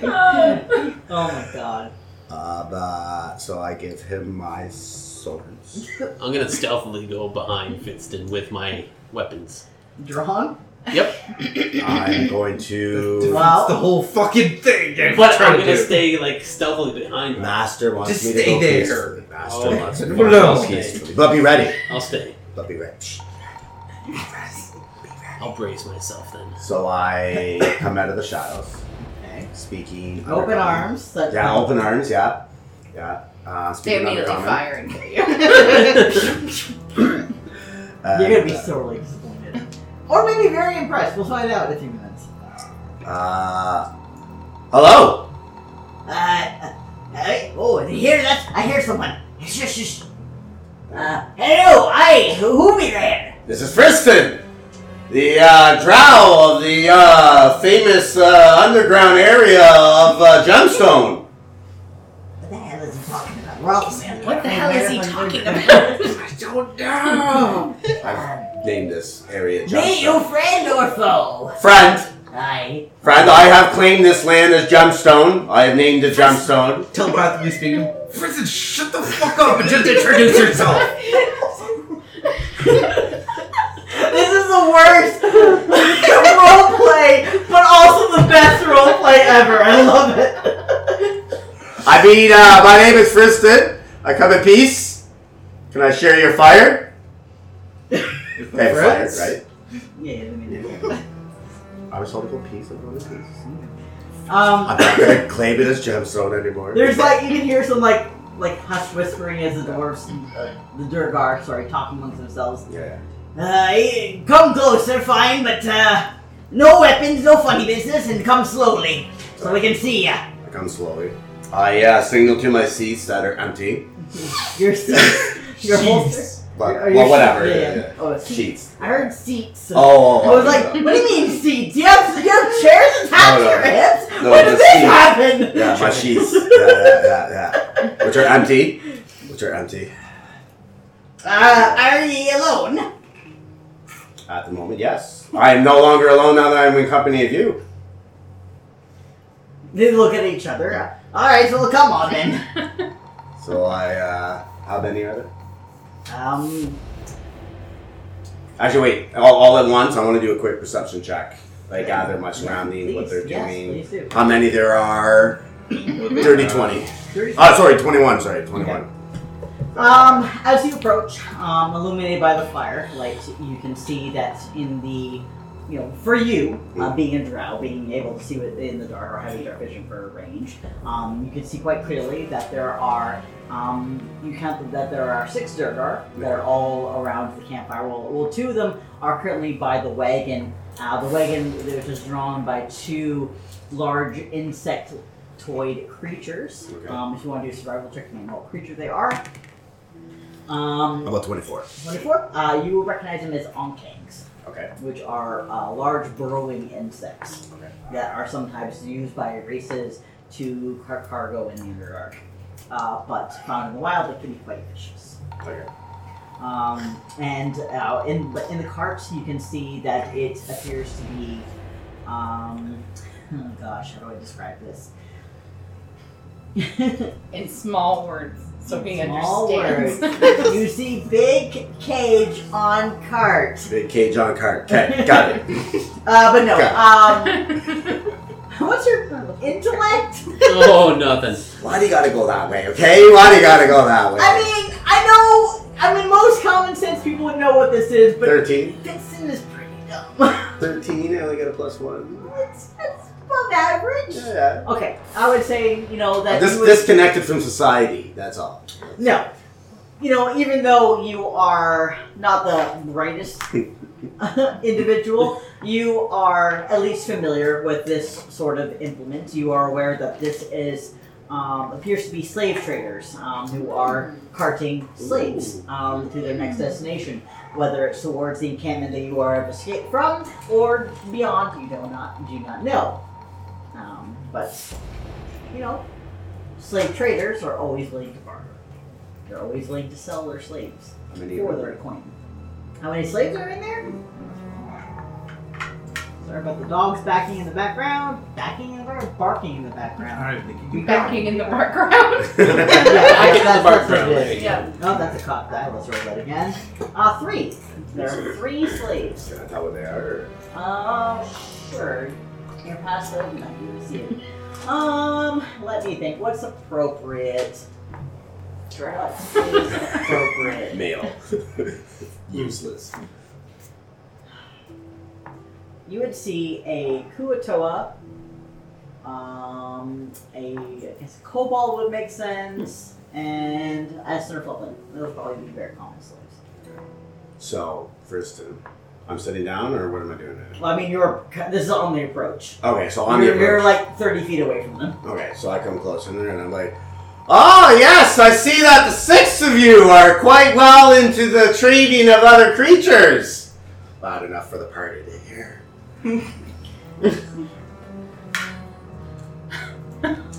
S1: oh my god.
S2: Uh, but, so I give him my swords.
S4: I'm gonna stealthily go behind Finston with my weapons.
S1: Drawn?
S2: I'm going
S5: Defeats
S2: to.
S1: Wow.
S5: the whole fucking thing. I'm
S4: But
S5: trying
S4: I'm
S5: to
S4: gonna
S5: do.
S4: stay like stealthily behind them.
S2: Master wants
S5: Just
S2: me to
S5: stay
S2: go
S5: there.
S2: peacefully. Master
S4: Oh.
S2: wants me to
S5: No.
S2: go peacefully. But be ready.
S4: I'll stay.
S2: But be ready. Shh. Be ready. Be ready.
S4: I'll brace myself then.
S2: So I come out of the shadows,
S1: Okay.
S2: speaking.
S1: Open
S2: underground.
S1: arms. Such
S2: Yeah, open arms. Yeah, yeah. Uh,
S7: They
S2: speaking
S7: immediately
S2: underground.
S7: fire and kill you.
S2: And,
S1: You're gonna be sorely disappointed, or maybe very impressed. We'll find out in a few minutes.
S2: Uh, hello.
S1: Uh, hey, oh, I hear that? I hear someone. Shush, shush. Uh, hello, I, who, who be there?
S2: This is Friston, the uh, drow of the uh, famous uh, underground area of uh, Gemstone.
S1: What the hell is he talking about? We're all the same.
S11: What the hell is he
S1: Where
S11: talking
S1: am I?
S11: about?
S2: I don't know. I've named this area
S1: Be you
S2: Gemstone.
S1: Uh, friend or foe?
S2: Friend,
S1: Aye.
S2: friend, I have claimed this land as Gemstone. I have named it Gemstone.
S5: Telepathically speaking, Frisson, shut the fuck up and just introduce yourself.
S1: This is the worst roleplay, but also the best roleplay ever. I love it.
S2: I mean, uh, my name is Friston. I come in peace. Can I share your fire? Okay, fire,
S5: Friends?
S2: right?
S1: yeah, let me do
S2: I was told to go peace. I'm going to peace.
S1: it. Um,
S2: I'm not going to claim it as gemstone anymore.
S1: There's like you can hear some like like hush whispering as the dwarves, uh, the Durgar, sorry, talking amongst themselves.
S2: yeah.
S1: Uh, eh, come closer, fine, but uh, no weapons, no funny business, and come slowly so we can see ya.
S2: I come slowly. I uh, signal to my seats that are empty.
S1: Your seats, your holster.
S2: But,
S1: or your
S2: well,
S1: seat-
S2: whatever.
S1: yeah,
S2: Yeah,
S1: yeah.
S2: yeah.
S1: Oh, seats.
S2: Sheets.
S1: I heard seats. so-
S2: Oh,
S1: I was like, what do you mean seats? You have, you have chairs attached
S2: No,
S1: to
S2: no.
S1: your hips?
S2: No,
S1: when
S2: the
S1: did this
S2: seats.
S1: happen?
S2: yeah, my sheets. Yeah, yeah, yeah, yeah. Which are empty. Which are empty
S1: Uh, are ye alone?
S2: at the moment. Yes, I am no longer alone now that I'm in company of you.
S1: They look at each other. Alright, so come on then.
S2: So I, uh, how many are there?
S1: Um,
S2: Actually, wait. All, all at once. I want to do a quick perception check. Like gather my surroundings, what they're
S1: yes,
S2: doing,
S1: please do.
S2: how many there are. Dirty twenty.
S1: Thirty-
S2: Oh, sorry, twenty-one. Sorry, twenty-one.
S1: Um, as you approach, um, illuminated by the fire light, you can see that in the, you know, for you, uh, being a drow, being able to see in the dark or having dark vision for range, um, you can see quite clearly that there are, um, you count that there are six Durgar that are all around the campfire. Well, well, two of them are currently by the wagon. Uh, the wagon, which is drawn by two large insectoid creatures.
S2: Okay.
S1: Um, if you want to do a survival check, name what creature they are. Um,
S2: About twenty-four.
S1: 24. Uh, you will recognize them as onkangs,
S2: Okay.
S1: which are uh, large burrowing insects
S2: Okay.
S1: that are sometimes used by races to car- cargo in the underdark. Uh, but found in the wild, they can be quite vicious.
S2: Okay.
S1: Um, and uh, in but in the cart, you can see that it appears to be, um, oh gosh, how do I describe this?
S7: In small words, so he
S1: Small
S7: understands.
S1: you see big cage on cart.
S2: Big cage on cart. Okay, got it.
S1: Uh, but
S2: Okay.
S1: no. Um, what's your intellect?
S4: Oh, nothing.
S2: Why do you gotta go that way? Okay, why do you gotta go that way?
S1: I mean, I know. I mean, most common sense people would know what this is, but
S2: 13?
S1: Vincent is pretty dumb.
S2: 13, I only got a plus one.
S1: it's, it's above average.
S2: Yeah.
S1: Okay, I would say you know that
S2: Dis-
S1: you would,
S2: disconnected from society, that's all.
S1: no, you know, even though you are not the brightest individual, you are at least familiar with this sort of implement. You are aware that this is um, appears to be slave traders um, who are carting slaves um, to their next destination, whether it's towards the encampment that you are have escaped from or beyond. You do not do not know, um, but you know, slave traders are always willing to barter. They're always willing to sell their slaves
S2: How many
S1: for their coin. How many slaves are in there? Sorry about the dogs backing in the background. Backing in the background? Barking in the background.
S5: Alright, Vicky, you got it.
S7: Backing in the background.
S1: yeah,
S4: Backing in
S1: that's-
S4: the
S1: that's
S4: background.
S1: what it is.
S7: yeah.
S1: Oh, that's a cop. That was roll that again. Uh, three. There are three slaves.
S2: Is that what they are?
S1: Uh, sure. You're past the no, you would see it. Um, let me think. What's appropriate? What's appropriate?
S2: Male. Useless.
S1: you would see a Kuatoa. Um, a I guess Cobalt would make sense, and Esther Flublin. Those would probably be very common slaves.
S2: So, first, uh, I'm sitting down, or what am I doing now?
S1: Well, I mean, you're this is the only approach.
S2: Okay, so I'm
S1: you're,
S2: the
S1: you're
S2: approach.
S1: like thirty feet away from them.
S2: Okay, so I come close in there and I'm like, Oh, yes, I see that the six of you are quite well into the treating of other creatures. Loud enough for the party to hear.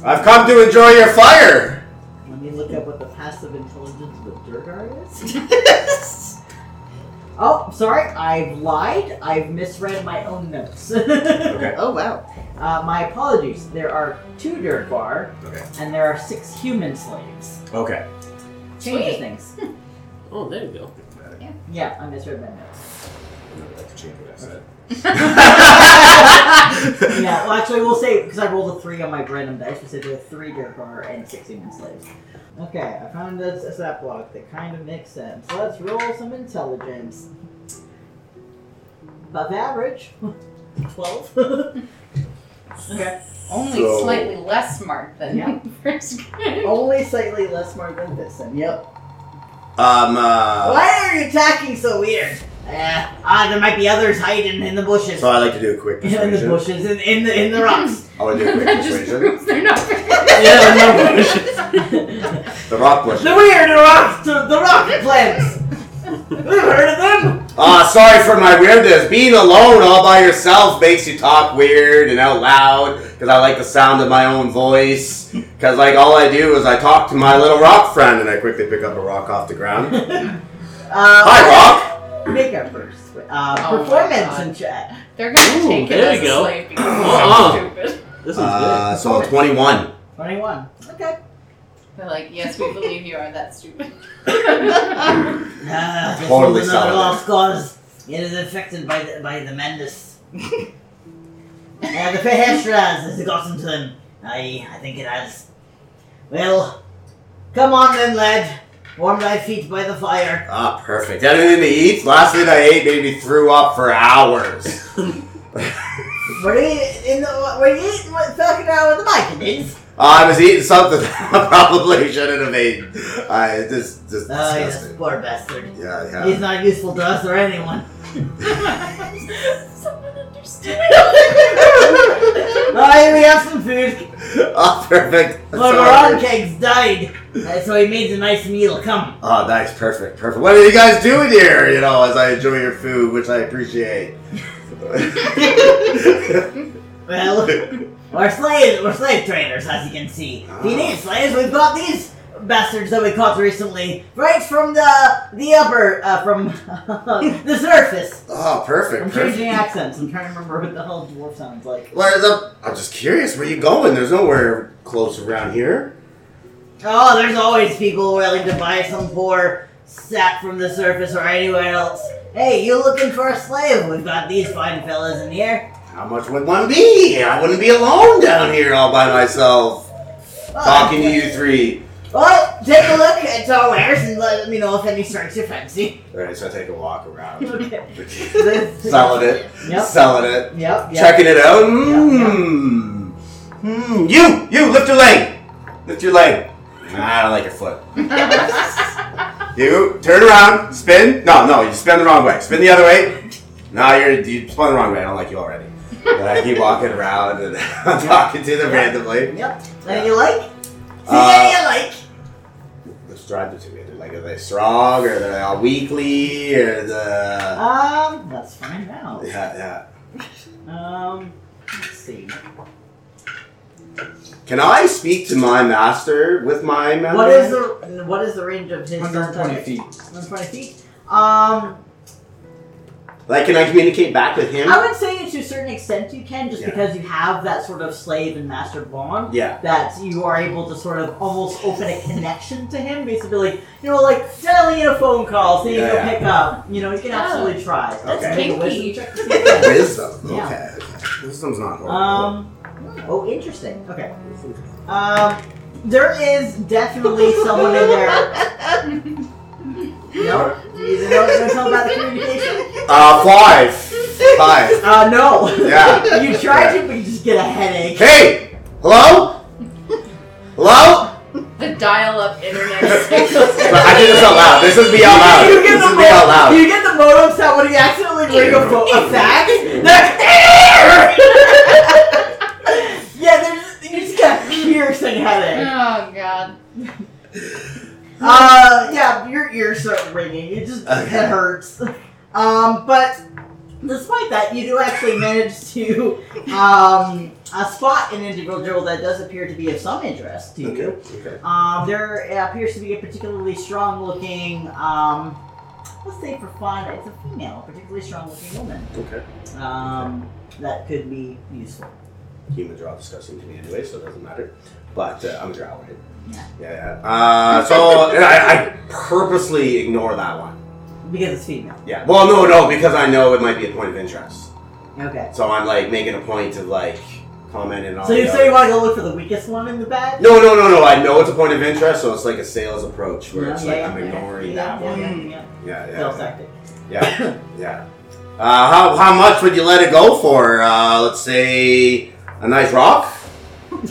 S2: I've come to enjoy your fire.
S1: Let me look up what the passive intelligence of a Durgar is. oh, sorry, I've lied. I've misread my own notes.
S2: Okay.
S6: Oh wow.
S1: Uh, my apologies. There are two Durgar,
S2: Okay.
S1: and there are six human slaves.
S2: Okay.
S1: Changes
S7: Sweet.
S1: things.
S4: Oh, there you go.
S1: Yeah, I misread my notes. Yeah, well, actually, we'll say because I rolled a three on my random dice. We said there are three Durgar and six human slaves. Okay, I found this a stat block that kind of makes sense. Let's roll some intelligence. Above average, twelve. okay,
S7: Only
S2: So-
S7: slightly less smart than
S1: Yeah.
S7: first grade.
S1: only slightly less smart than this. And yep.
S2: Um, uh,
S1: Why are you attacking so weird? Uh, ah, there might be others hiding in the bushes.
S2: so I like to do a quick
S1: in the
S2: persuasion.
S1: bushes, in, in the in the rocks.
S2: I want to do a quick
S7: that just
S2: persuasion.
S7: proves they're not
S1: yeah,
S7: very
S1: the
S2: The rock bush.
S1: weird rocks, the, the rocket plants. We've heard of them.
S2: Ah, sorry for my weirdness. Being alone all by yourself makes you talk weird and out loud because I like the sound of my own voice. Because, like, all I do is I talk to my little rock friend and I quickly pick up a rock off the ground.
S1: Uh,
S2: Hi, Rock!
S1: Makeup first. Uh,
S7: Oh my
S1: performance
S7: God.
S1: and chat.
S7: They're gonna
S4: Ooh,
S7: take it
S4: there
S7: as
S4: you
S7: a
S4: go.
S7: slave because it's stupid.
S4: This is
S2: Uh, so, 21.
S1: Twenty-one. Okay.
S7: They're like, yes, we believe you are that stupid.
S1: Uh, this
S2: Totally
S1: is another
S2: solid.
S1: lost cause. It is affected by the, by the Mendus. uh, the Fahestras has gotten to them. I I think it has. Well, come on then, lad. Warm thy feet by the fire.
S2: Ah, perfect. Anything to eat? Last thing I ate made me threw up for hours.
S1: Were you in the were you eating what fucking out with the Vikings?
S2: Ah, I was eating something I probably shouldn't have eaten. I just, just
S4: Ah,
S1: Oh, yes,
S2: disgusting.
S1: poor bastard.
S2: Yeah, yeah.
S1: He's not useful to us or anyone.
S7: Someone understood.
S1: Oh, here we have some food.
S2: Ah, perfect.
S1: Lord
S2: Sorry.
S1: Moronkegs died, uh, so he made a nice meal. Come.
S2: Oh, nice, perfect, perfect. What are you guys doing here? You know, as I enjoy your food, which I appreciate.
S1: Well,
S2: Oh,
S1: we're slaves. We're slave traders, as you can see.
S2: Ah.
S1: If you need slaves, we've got these bastards that we caught recently, right from the the upper, uh, from the surface.
S2: oh,
S1: I'm
S2: perfect,
S1: changing
S2: perfect.
S1: accents. I'm trying to remember what the hell dwarf sounds like.
S2: Where's up? I'm just curious. Where you going? There's nowhere close around here.
S1: Oh, there's always people willing to buy some poor sap from the surface or anywhere else. Hey, you looking for a slave? We've got these fine fellas in here.
S2: How much would one be? I wouldn't be alone down here all by myself,
S1: Oh,
S2: talking to you three.
S1: Well, take a look at our wares and let me know if any strikes your fancy.
S2: All right, so I take a walk around,
S1: Okay.
S2: selling it,
S1: Yep.
S2: selling it,
S1: Yep. yep.
S2: checking it out.
S1: yeah.
S2: Mmm. Hmm. You, you, lift your leg. Lift your leg. Nah, I don't like your foot. You turn around, spin. No, no, you spin the wrong way. Spin the other way. No, you're you spun the wrong way. I don't like you already. But I keep walking around and I'm talking to them randomly.
S1: Yep. That you like? See
S2: Uh,
S1: any you like?
S2: Let's drive them to me. They're like, are they strong or are they all weakly or the
S1: Um, let's find out.
S2: yeah yeah.
S1: Um, let's see.
S2: Can I speak to my master with my master?
S1: What is the what is the range of his
S5: 120 feet.
S1: 120 feet. Um,
S2: like? Can I communicate back with him?
S1: I would say to a certain extent you can, just
S2: Yeah.
S1: because you have that sort of slave and master bond.
S2: Yeah.
S1: That you are able to sort of almost open a connection to him, basically, like you know, like dialing in a phone call, seeing if
S2: Yeah,
S1: he'll
S2: yeah.
S1: pick up. You know, you can
S7: Oh.
S1: absolutely try.
S2: That's Okay.
S1: Make a wisdom
S7: kinky.
S1: check to see if that-
S2: Wisdom.
S1: Yeah.
S2: Okay. okay. Wisdom's not horrible.
S1: Um. Oh, interesting. Okay. Um. There is definitely someone in there. No, you don't, don't tell about the communication.
S2: Uh, five. Five.
S1: Uh, no.
S2: Yeah.
S1: you try to, but you just get a headache.
S2: Hey! Hello? Hello?
S7: The dial-up internet. signal.
S2: But I did this out loud. This is me out loud.
S1: You get
S2: This
S1: the
S2: is me out
S1: mo-
S2: loud.
S1: you get the modem sound when you accidentally ring a, fo- a fax. They're- yeah, there's you just got a piercing headache.
S7: oh god.
S1: Uh, yeah, your ears start ringing. It just
S2: Okay.
S1: it hurts. Um, but despite that, you do actually manage to um uh, spot an individual that does appear to be of some interest to you.
S2: Okay.
S1: Um, there appears to be a particularly strong looking, um, let's say for fun, it's a female, a particularly strong looking woman.
S2: Okay.
S1: Um, that could be useful.
S2: Humans are all disgusting to me anyway, so it doesn't matter. But uh, I'm a drow, right?
S1: Yeah.
S2: Yeah, yeah. Uh, so and I, I purposely ignore that one.
S1: Because it's female.
S2: Yeah. Well, no, no, because I know it might be a point of interest.
S1: Okay.
S2: So I'm like making a point of like commenting on.
S1: So you
S2: the
S1: say you want
S2: other-
S1: to go look for the weakest one in the bag?
S2: No, no, no, no. I know it's a point of interest, so it's like a sales approach where it's like I'm ignoring that
S1: yeah,
S2: one.
S1: Yeah, yeah,
S2: Yeah,
S1: yeah.
S2: yeah.
S1: Sales
S2: yeah.
S1: tactic.
S2: Yeah, yeah. Uh, how, how much would you let it go for? Uh, let's say a nice rock?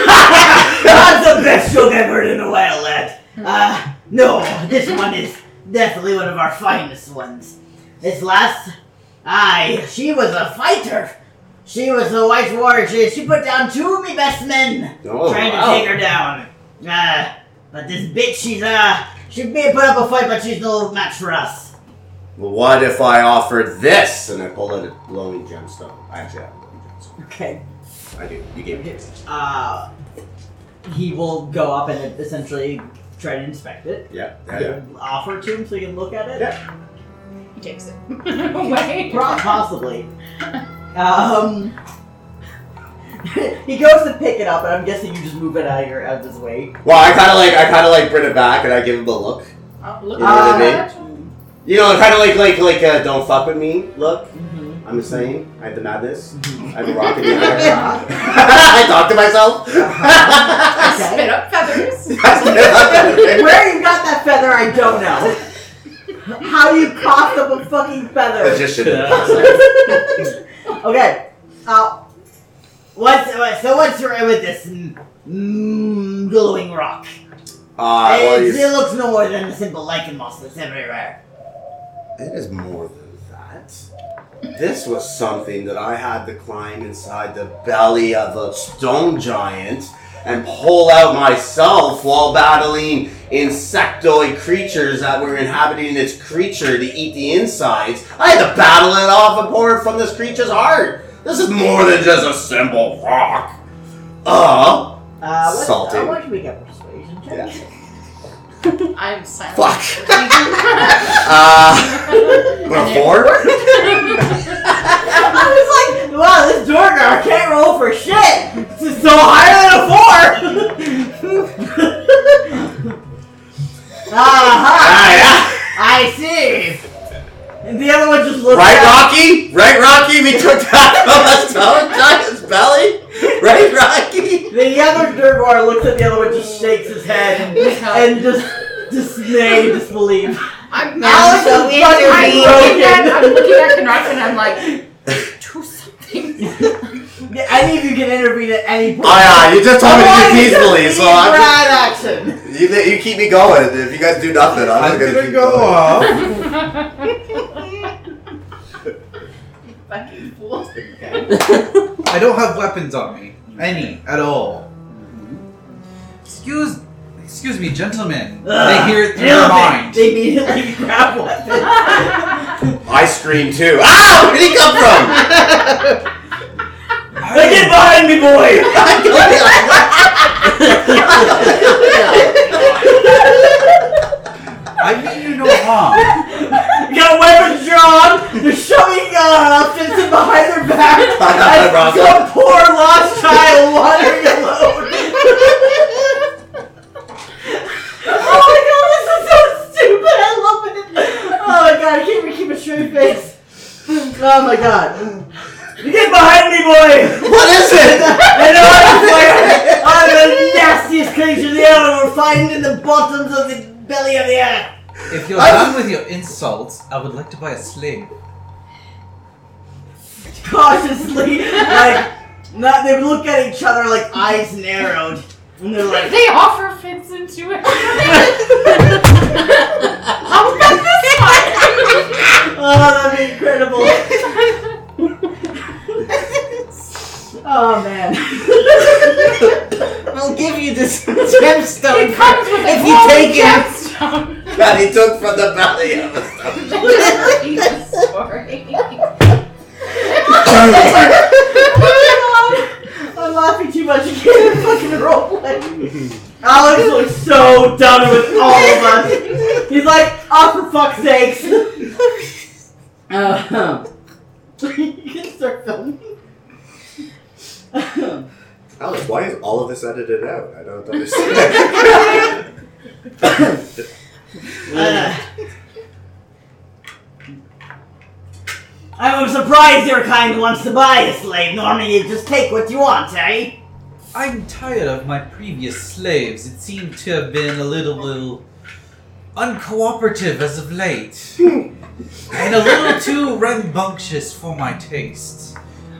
S1: That's the best joke I've heard in a while, lad. Uh, no, this one is definitely one of our finest ones. This last, aye, she was a fighter. She was a white warrior. She, she put down two of me best men
S2: Oh,
S1: trying to
S2: wow.
S1: take her down. Uh, but this bitch, she's uh, she may put up a fight, but she's no match for us.
S2: Well, What if I offered this and I pull out a glowing gemstone? I actually have a glowing gemstone.
S1: Okay.
S2: I do. You gave me it.
S1: Uh, he will go up and essentially try to inspect it.
S2: Yeah, yeah, yeah.
S1: Offer it to him so he can look at it.
S2: Yeah.
S7: He takes it away.
S1: Pro- possibly. Um, he goes to pick it up, and I'm guessing you just move it out of your out of his way.
S2: Well, I kind of like I kind of like bring it back and I give him a look.
S7: Oh, look
S2: You
S1: know what I
S7: at
S2: You know, kind of like like like uh, don't fuck with me. Look, I'm the same. I have the madness. I have a rock in the air. I talk to myself.
S7: that.
S1: Okay.
S7: Spit up feathers.
S1: Where you got that feather, I don't know. How you coughed up a fucking feather?
S2: Magician. Uh,
S1: Okay. Uh, what's what, so? What's wrong with this mm, glowing rock?
S2: Uh, well,
S1: it,
S2: he's-
S1: it looks no more than a simple lichen moss that's everywhere.
S2: It is more than that. This was something that I had to climb inside the belly of a stone giant and pull out myself while battling insectoid creatures that were inhabiting its creature to eat the insides. I had to battle it off and pour it from this creature's heart. This is more than just a simple rock. Uh,
S1: Uh, what,
S2: Salty.
S1: Uh, why don't we get persuasion check?
S2: Yeah.
S7: I'm silent.
S2: fuck. uh, what, a four?
S1: I was like, wow, this Dorgar can't roll for shit. This is so higher than a four. Aha!
S2: Ah, yeah.
S1: I see. And the other one just looks.
S2: Right,
S1: at-
S2: Rocky? Right, Rocky? We took that from a stone giant's belly? Right, Rocky?
S1: The other Durgar looks at the other one, just shakes his head and, and just dismay, disbelief.
S7: I'm
S1: Alex
S7: I'm
S1: is fucking
S7: looking at
S1: broken.
S7: I'm looking at Canuck and I'm like, do something.
S1: Any of you can intervene at any point.
S2: Oh, yeah, you just told
S1: I
S2: me to
S1: want
S2: do
S1: you
S2: peacefully, so
S1: be
S2: I'm just-
S1: Brad action.
S2: you, you keep me going. If you guys do nothing,
S8: I'm gonna go off.
S7: Fucking fool.
S5: I don't have weapons on me, any at all. Excuse, excuse me, gentlemen.
S1: Ugh,
S5: they hear it through
S1: damn
S5: your
S1: it.
S5: mind.
S1: They immediately grab one.
S2: I scream too. Ah! Where did he come from?
S1: Like, get behind me, boy!
S5: I mean you no harm.
S1: You got weapons drawn. They're shoving uh, options in behind their back.
S2: I got my
S1: and
S2: rock.
S1: Some poor lost child wandering alone. oh my god, this is so stupid. I love it. Oh my god, I can't even keep a straight face. Oh my god. You get behind me, boy!
S2: What is it?
S1: I know I'm like, I'm the nastiest creature the ever will find in the bottoms of the belly of the earth.
S5: If you're done with your insults, I would like to buy a sling.
S1: cautiously, like, not, they look at each other like eyes narrowed, and they're like,
S7: they offer fits into it. How about this one?
S1: oh, that'd be incredible. Oh man. Oh,
S3: We'll give you this gemstone
S7: it comes with a
S3: if you take it.
S7: gemstone.
S2: that he took from the belly of a stomach.
S7: Sorry.
S1: I'm laughing too much. You can't fucking roll it. Alex looks so done with all of us. He's like, oh, for fuck's sakes. Uh, you can start filming.
S2: Alex, why is all of this edited out? I don't understand.
S1: I'm surprised your kind wants to buy a slave. Normally you just take what you want, eh?
S5: I'm tired of my previous slaves. It seemed to have been a little, little uncooperative as of late, and a little too rambunctious for my taste.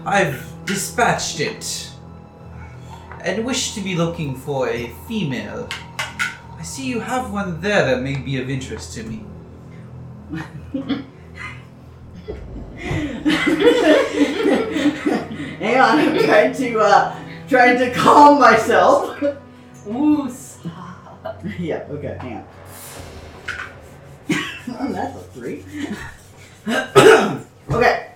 S5: I've dispatched it, and wish to be looking for a female. I see you have one there that may be of interest to me.
S1: Hang on, I'm trying to uh trying to calm myself.
S7: Ooh, stop.
S1: yeah, okay, hang on. oh, that's a three. okay.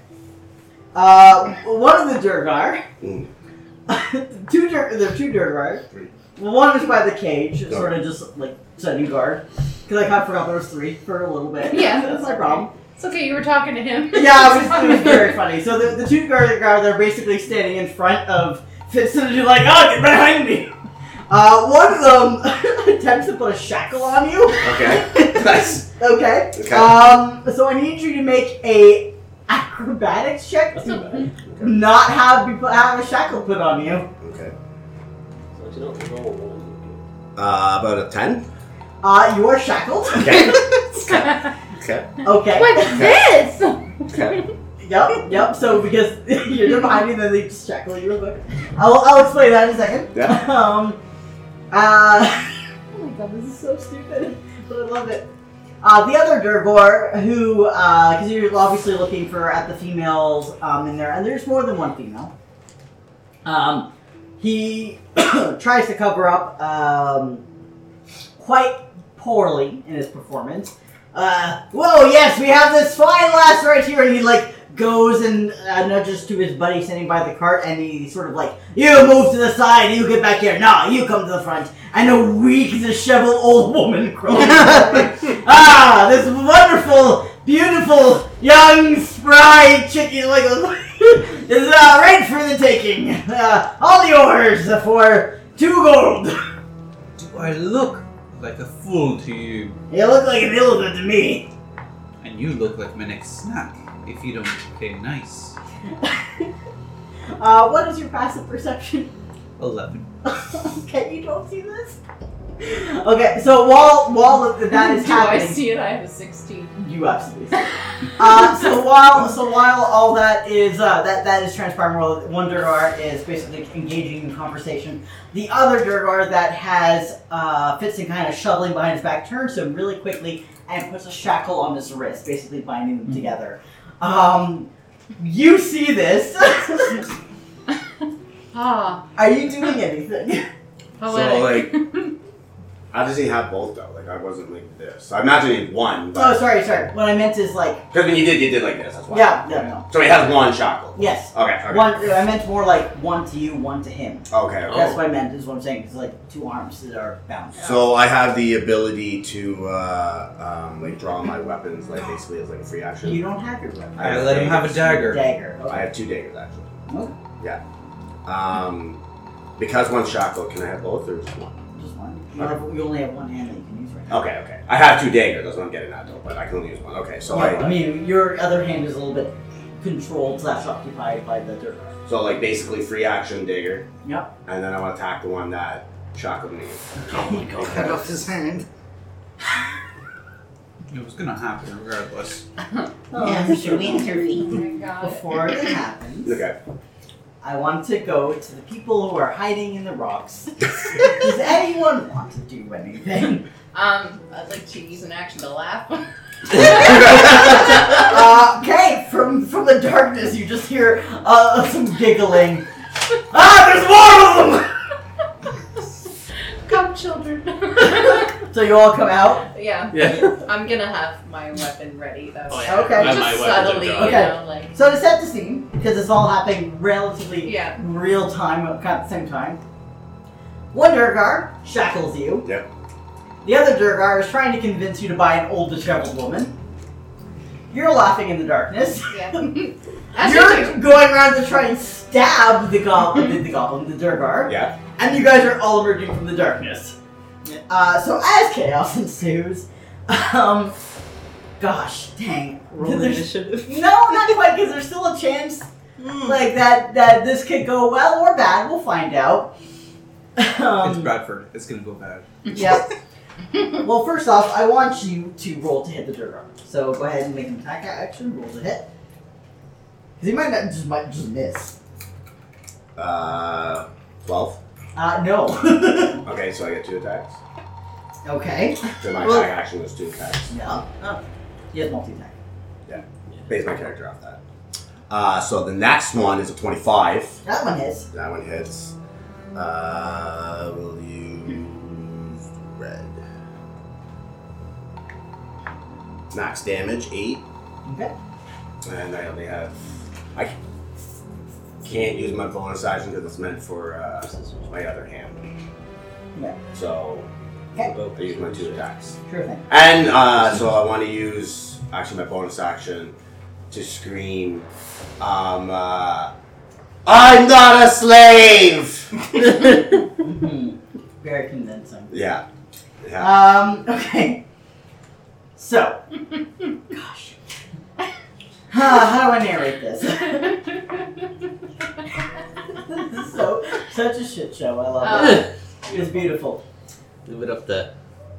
S1: Uh, one of the Durgar.
S2: Mm.
S1: two Dur- there are two Durgar.
S2: Three.
S1: Well, one is by the cage, sort of just like setting guard. Because I kind of forgot there was three for a little bit.
S7: Yeah,
S1: that's
S7: that's
S1: my problem.
S7: It's okay, you were talking to him.
S1: Yeah, it was, it was very funny. So the, the two guard guard they're basically standing in front of Fitzsimmons, who's like, "Oh, get behind me!" Uh, one of them attempts to put a shackle on you.
S2: okay. Nice.
S1: Okay.
S2: Okay.
S8: Uh,
S1: Um, so I need you to make a acrobatics check to not have be put, have a shackle put on you.
S2: Okay.
S4: So you don't roll one.
S2: Uh, about a 10?
S1: Uh, you are shackled.
S2: Okay. okay.
S1: Okay.
S7: What's this?
S2: Okay.
S1: Yep. Yep. So because you're behind me, then they just shackle you real quick. I'll I'll explain that in a second.
S2: Yeah.
S1: Um, uh, oh my god, this is so stupid, but I love it. Uh, the other Durgor, who, because you're obviously looking for at the females um, in there, and there's more than one female. Um, he tries to cover up um, quite poorly in his performance. Uh, whoa, yes, we have this fine lass right here, and he like goes and uh, nudges to his buddy standing by the cart, and he sort of like, you move to the side, you get back here. No, you come to the front. And a weak, disheveled old woman crawls. ah, this wonderful, beautiful, young, spry chicken like is uh, right for the taking. Uh, all yours for two gold.
S5: Do I look like a fool to you?
S1: You look like an elephant to me.
S5: And you look like my next snack, if you don't play nice.
S1: Uh, what is your passive perception?
S5: Eleven.
S1: okay, you don't see this. Okay, so while while that is
S7: Do
S1: happening,
S7: I see it? I have a 16.
S1: You absolutely. see. uh, so while so while all that is uh, that that is transpiring, while one Durgar is basically engaging in conversation, the other Durgar that has uh, Fitzen kind of shoveling behind his back turns to him really quickly and puts a shackle on his wrist, basically binding them together. Um, you see this?
S7: Ah,
S1: Are you doing anything?
S7: poetic.
S2: How does he have both though? Like I wasn't like this. I imagine he
S1: oh,
S2: one, but
S1: sorry, sorry. What I meant is like
S2: because when you did, you did like this. That's why.
S1: yeah, yeah, no,
S2: So he has one shackle.
S1: yes.
S2: Okay. Okay.
S1: One, I meant more like one to you, one to him.
S2: Okay. okay.
S1: That's what I meant. Is what I'm saying. It's like two arms that are bound.
S2: So I have the ability to uh, um, like draw my weapons like basically as like a free action.
S1: You don't have your weapon.
S2: I
S5: I let him have a dagger.
S1: Dagger.
S2: I
S1: Okay.
S2: have two daggers actually.
S1: Oh.
S2: Yeah. Um, because one's shackled, can I have both or just one?
S1: Just one. You, have, you only have one hand that you can use right now.
S2: Okay. Okay. I have two daggers. That's what I'm getting at though. But I can only use one. Okay. So
S1: Yeah, I
S2: I
S1: mean, your other hand is a little bit controlled slash occupied by the dirt.
S2: so like basically free action dagger.
S1: Yep.
S2: And then I want to attack the one
S1: Oh
S2: Oh that shackled me.
S3: Cut off his hand.
S5: It was gonna happen regardless.
S1: Yes, should Oh, we
S7: Oh
S1: intervene
S7: I got it.
S1: before it happens?
S2: Okay.
S1: I want to go to the people who are hiding in the rocks. Does anyone want to do anything?
S7: Um, I'd like to use an action to laugh.
S1: Uh, okay, from from the darkness, you just hear uh, some giggling. Ah, there's more of
S7: Come, children.
S1: them! So you all come out.
S7: yeah,
S4: Yeah.
S7: I'm gonna have my weapon ready though.
S4: Oh, yeah.
S1: Okay.
S4: I have
S7: Just
S4: my weapons
S7: subtly, you
S4: out.
S1: Okay.
S7: know, like
S1: So to set the scene, because it's all happening relatively
S7: yeah.
S1: real time at kind of the same time. One Durgar shackles you.
S2: Yep.
S1: The other Durgar is trying to convince you to buy an old disheveled woman. You're laughing in the darkness.
S7: Yeah. As you
S1: You're
S7: do.
S1: going around to try and stab the goblin, the, the goblin, the Durgar.
S2: Yeah.
S1: And you guys are all emerging from the darkness. Uh, so as chaos ensues, um, gosh, dang,
S6: Roll
S1: There's-
S6: initiative.
S1: no, not quite, because there's still a chance
S7: Hmm.
S1: like that that this could go well or bad. We'll find out.
S5: it's
S1: Um,
S5: Bradford. It's gonna go bad.
S1: yep. well, first off, I want you to roll to hit the dirt arm. So go ahead and make an attack action. Roll to hit. Because he might not just might just miss.
S2: Uh, 12.
S1: Uh, no.
S2: Okay, so I get two attacks.
S1: okay.
S2: So my
S1: Well-
S2: attack action was two attacks.
S1: Yeah. Oh. He has multi attack.
S2: Base my character off that. Uh, so the next one is a 25.
S1: That one hits.
S2: That one hits. Uh, will use red. Max damage eight,
S1: Okay.
S2: and I only have I can't use my bonus action because it's meant for uh, my other hand.
S1: Yeah.
S2: So
S1: Okay.
S2: I use my two attacks,
S1: Sure thing.
S2: and uh, so I want to use actually my bonus action to scream. Um, uh, I'm not a slave.
S1: Mhm. Very convincing.
S2: Yeah. Yeah.
S1: Um, okay. So, gosh. Ah, how do I narrate this? this is so, such a shit show. I love
S4: Live
S1: it. It's beautiful.
S4: it up there.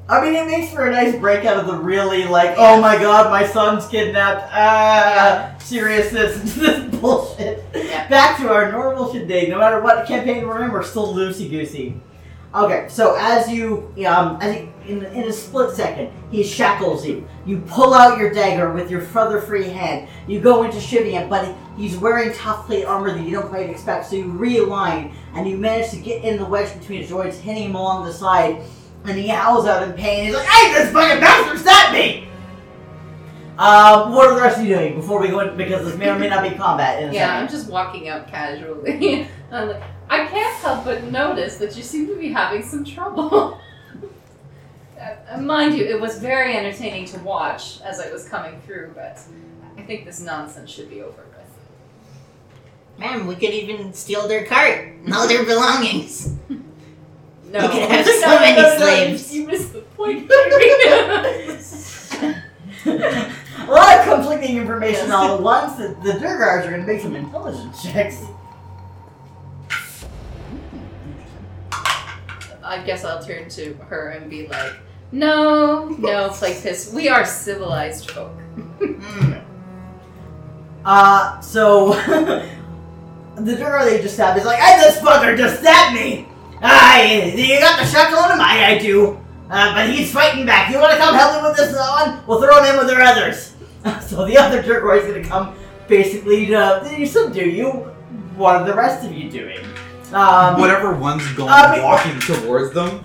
S1: I mean, it makes for a nice break out of the really, like, oh my god, my son's kidnapped, ah, seriousness, this bullshit.
S7: Yeah.
S1: Back to our normal shit day. No matter what campaign we're in, we're still loosey goosey. Okay, so as you, um, as you, in, in a split second, he shackles you. You pull out your dagger with your feather free hand. You go into shooting it, but he's wearing tough plate armor that you don't quite expect, so you realign and you manage to get in the wedge between his joints, hitting him along the side. And he howls out in pain. He's like, "Hey, this fucking bastard stabbed me!" Um, what are the rest of you doing before we go in? Because this may or may not be combat. In a
S7: Yeah, I'm
S1: second.
S7: just walking out casually. I'm like, I can't help but notice that you seem to be having some trouble. Uh, Mind you, it was very entertaining to watch as I was coming through, but I think this nonsense should be over with.
S3: Ma'am, we could even steal their cart and all their belongings.
S7: No,
S3: You could have so many slaves.
S7: You missed the point. Harry.
S1: a lot of conflicting information all at once. The, the Durgars are going to make some intelligence checks.
S7: I guess I'll turn to her and be like, "No, no, like this. We are civilized folk."
S3: Mm.
S1: Uh, so the Durgar they just stabbed is like, "Hey, this fucker just stabbed me. I, you got the shackle on him. I, I do. Uh, but he's fighting back. You want to come help him with this one? We'll throw him in with our others." so the other Durgar is gonna come basically to subdue you. What are the rest of you doing? Um,
S5: Whatever one's going
S1: I mean-
S5: walking towards them,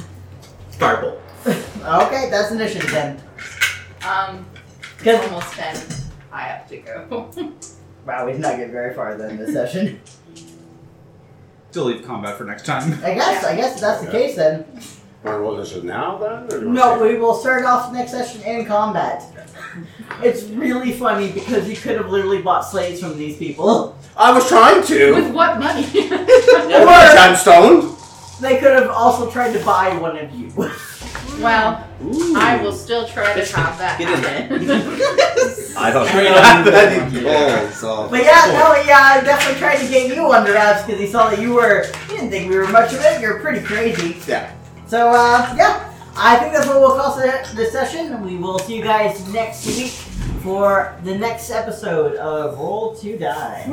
S5: firebolt.
S1: okay, that's initiative then.
S7: Um,
S1: Good.
S7: almost ten. I have to go.
S1: Wow, we did not get very far then this session.
S5: To leave combat for next time.
S1: I guess. I guess that's the case then.
S2: Want to roll this with now then? Or do you
S1: No,
S2: wanna
S1: we will start off next session in combat. It's really funny because you could have literally bought slaves from these people.
S2: take- I was trying to.
S7: With what money?
S1: Or-
S2: Gemstone.
S1: They could have also tried to buy one of you.
S7: well, I will still try to have that.
S6: Get in
S7: happen.
S2: I don't
S4: Straight
S2: have
S4: up.
S2: any gold, so.
S1: But yeah, no, yeah, I definitely tried to get you under wraps because he saw that you were. He didn't think we were much of it. You're pretty crazy.
S2: Yeah.
S1: So uh, yeah. I think that's what we'll call it this session. We will see you guys next week for the next episode of Roll to Die.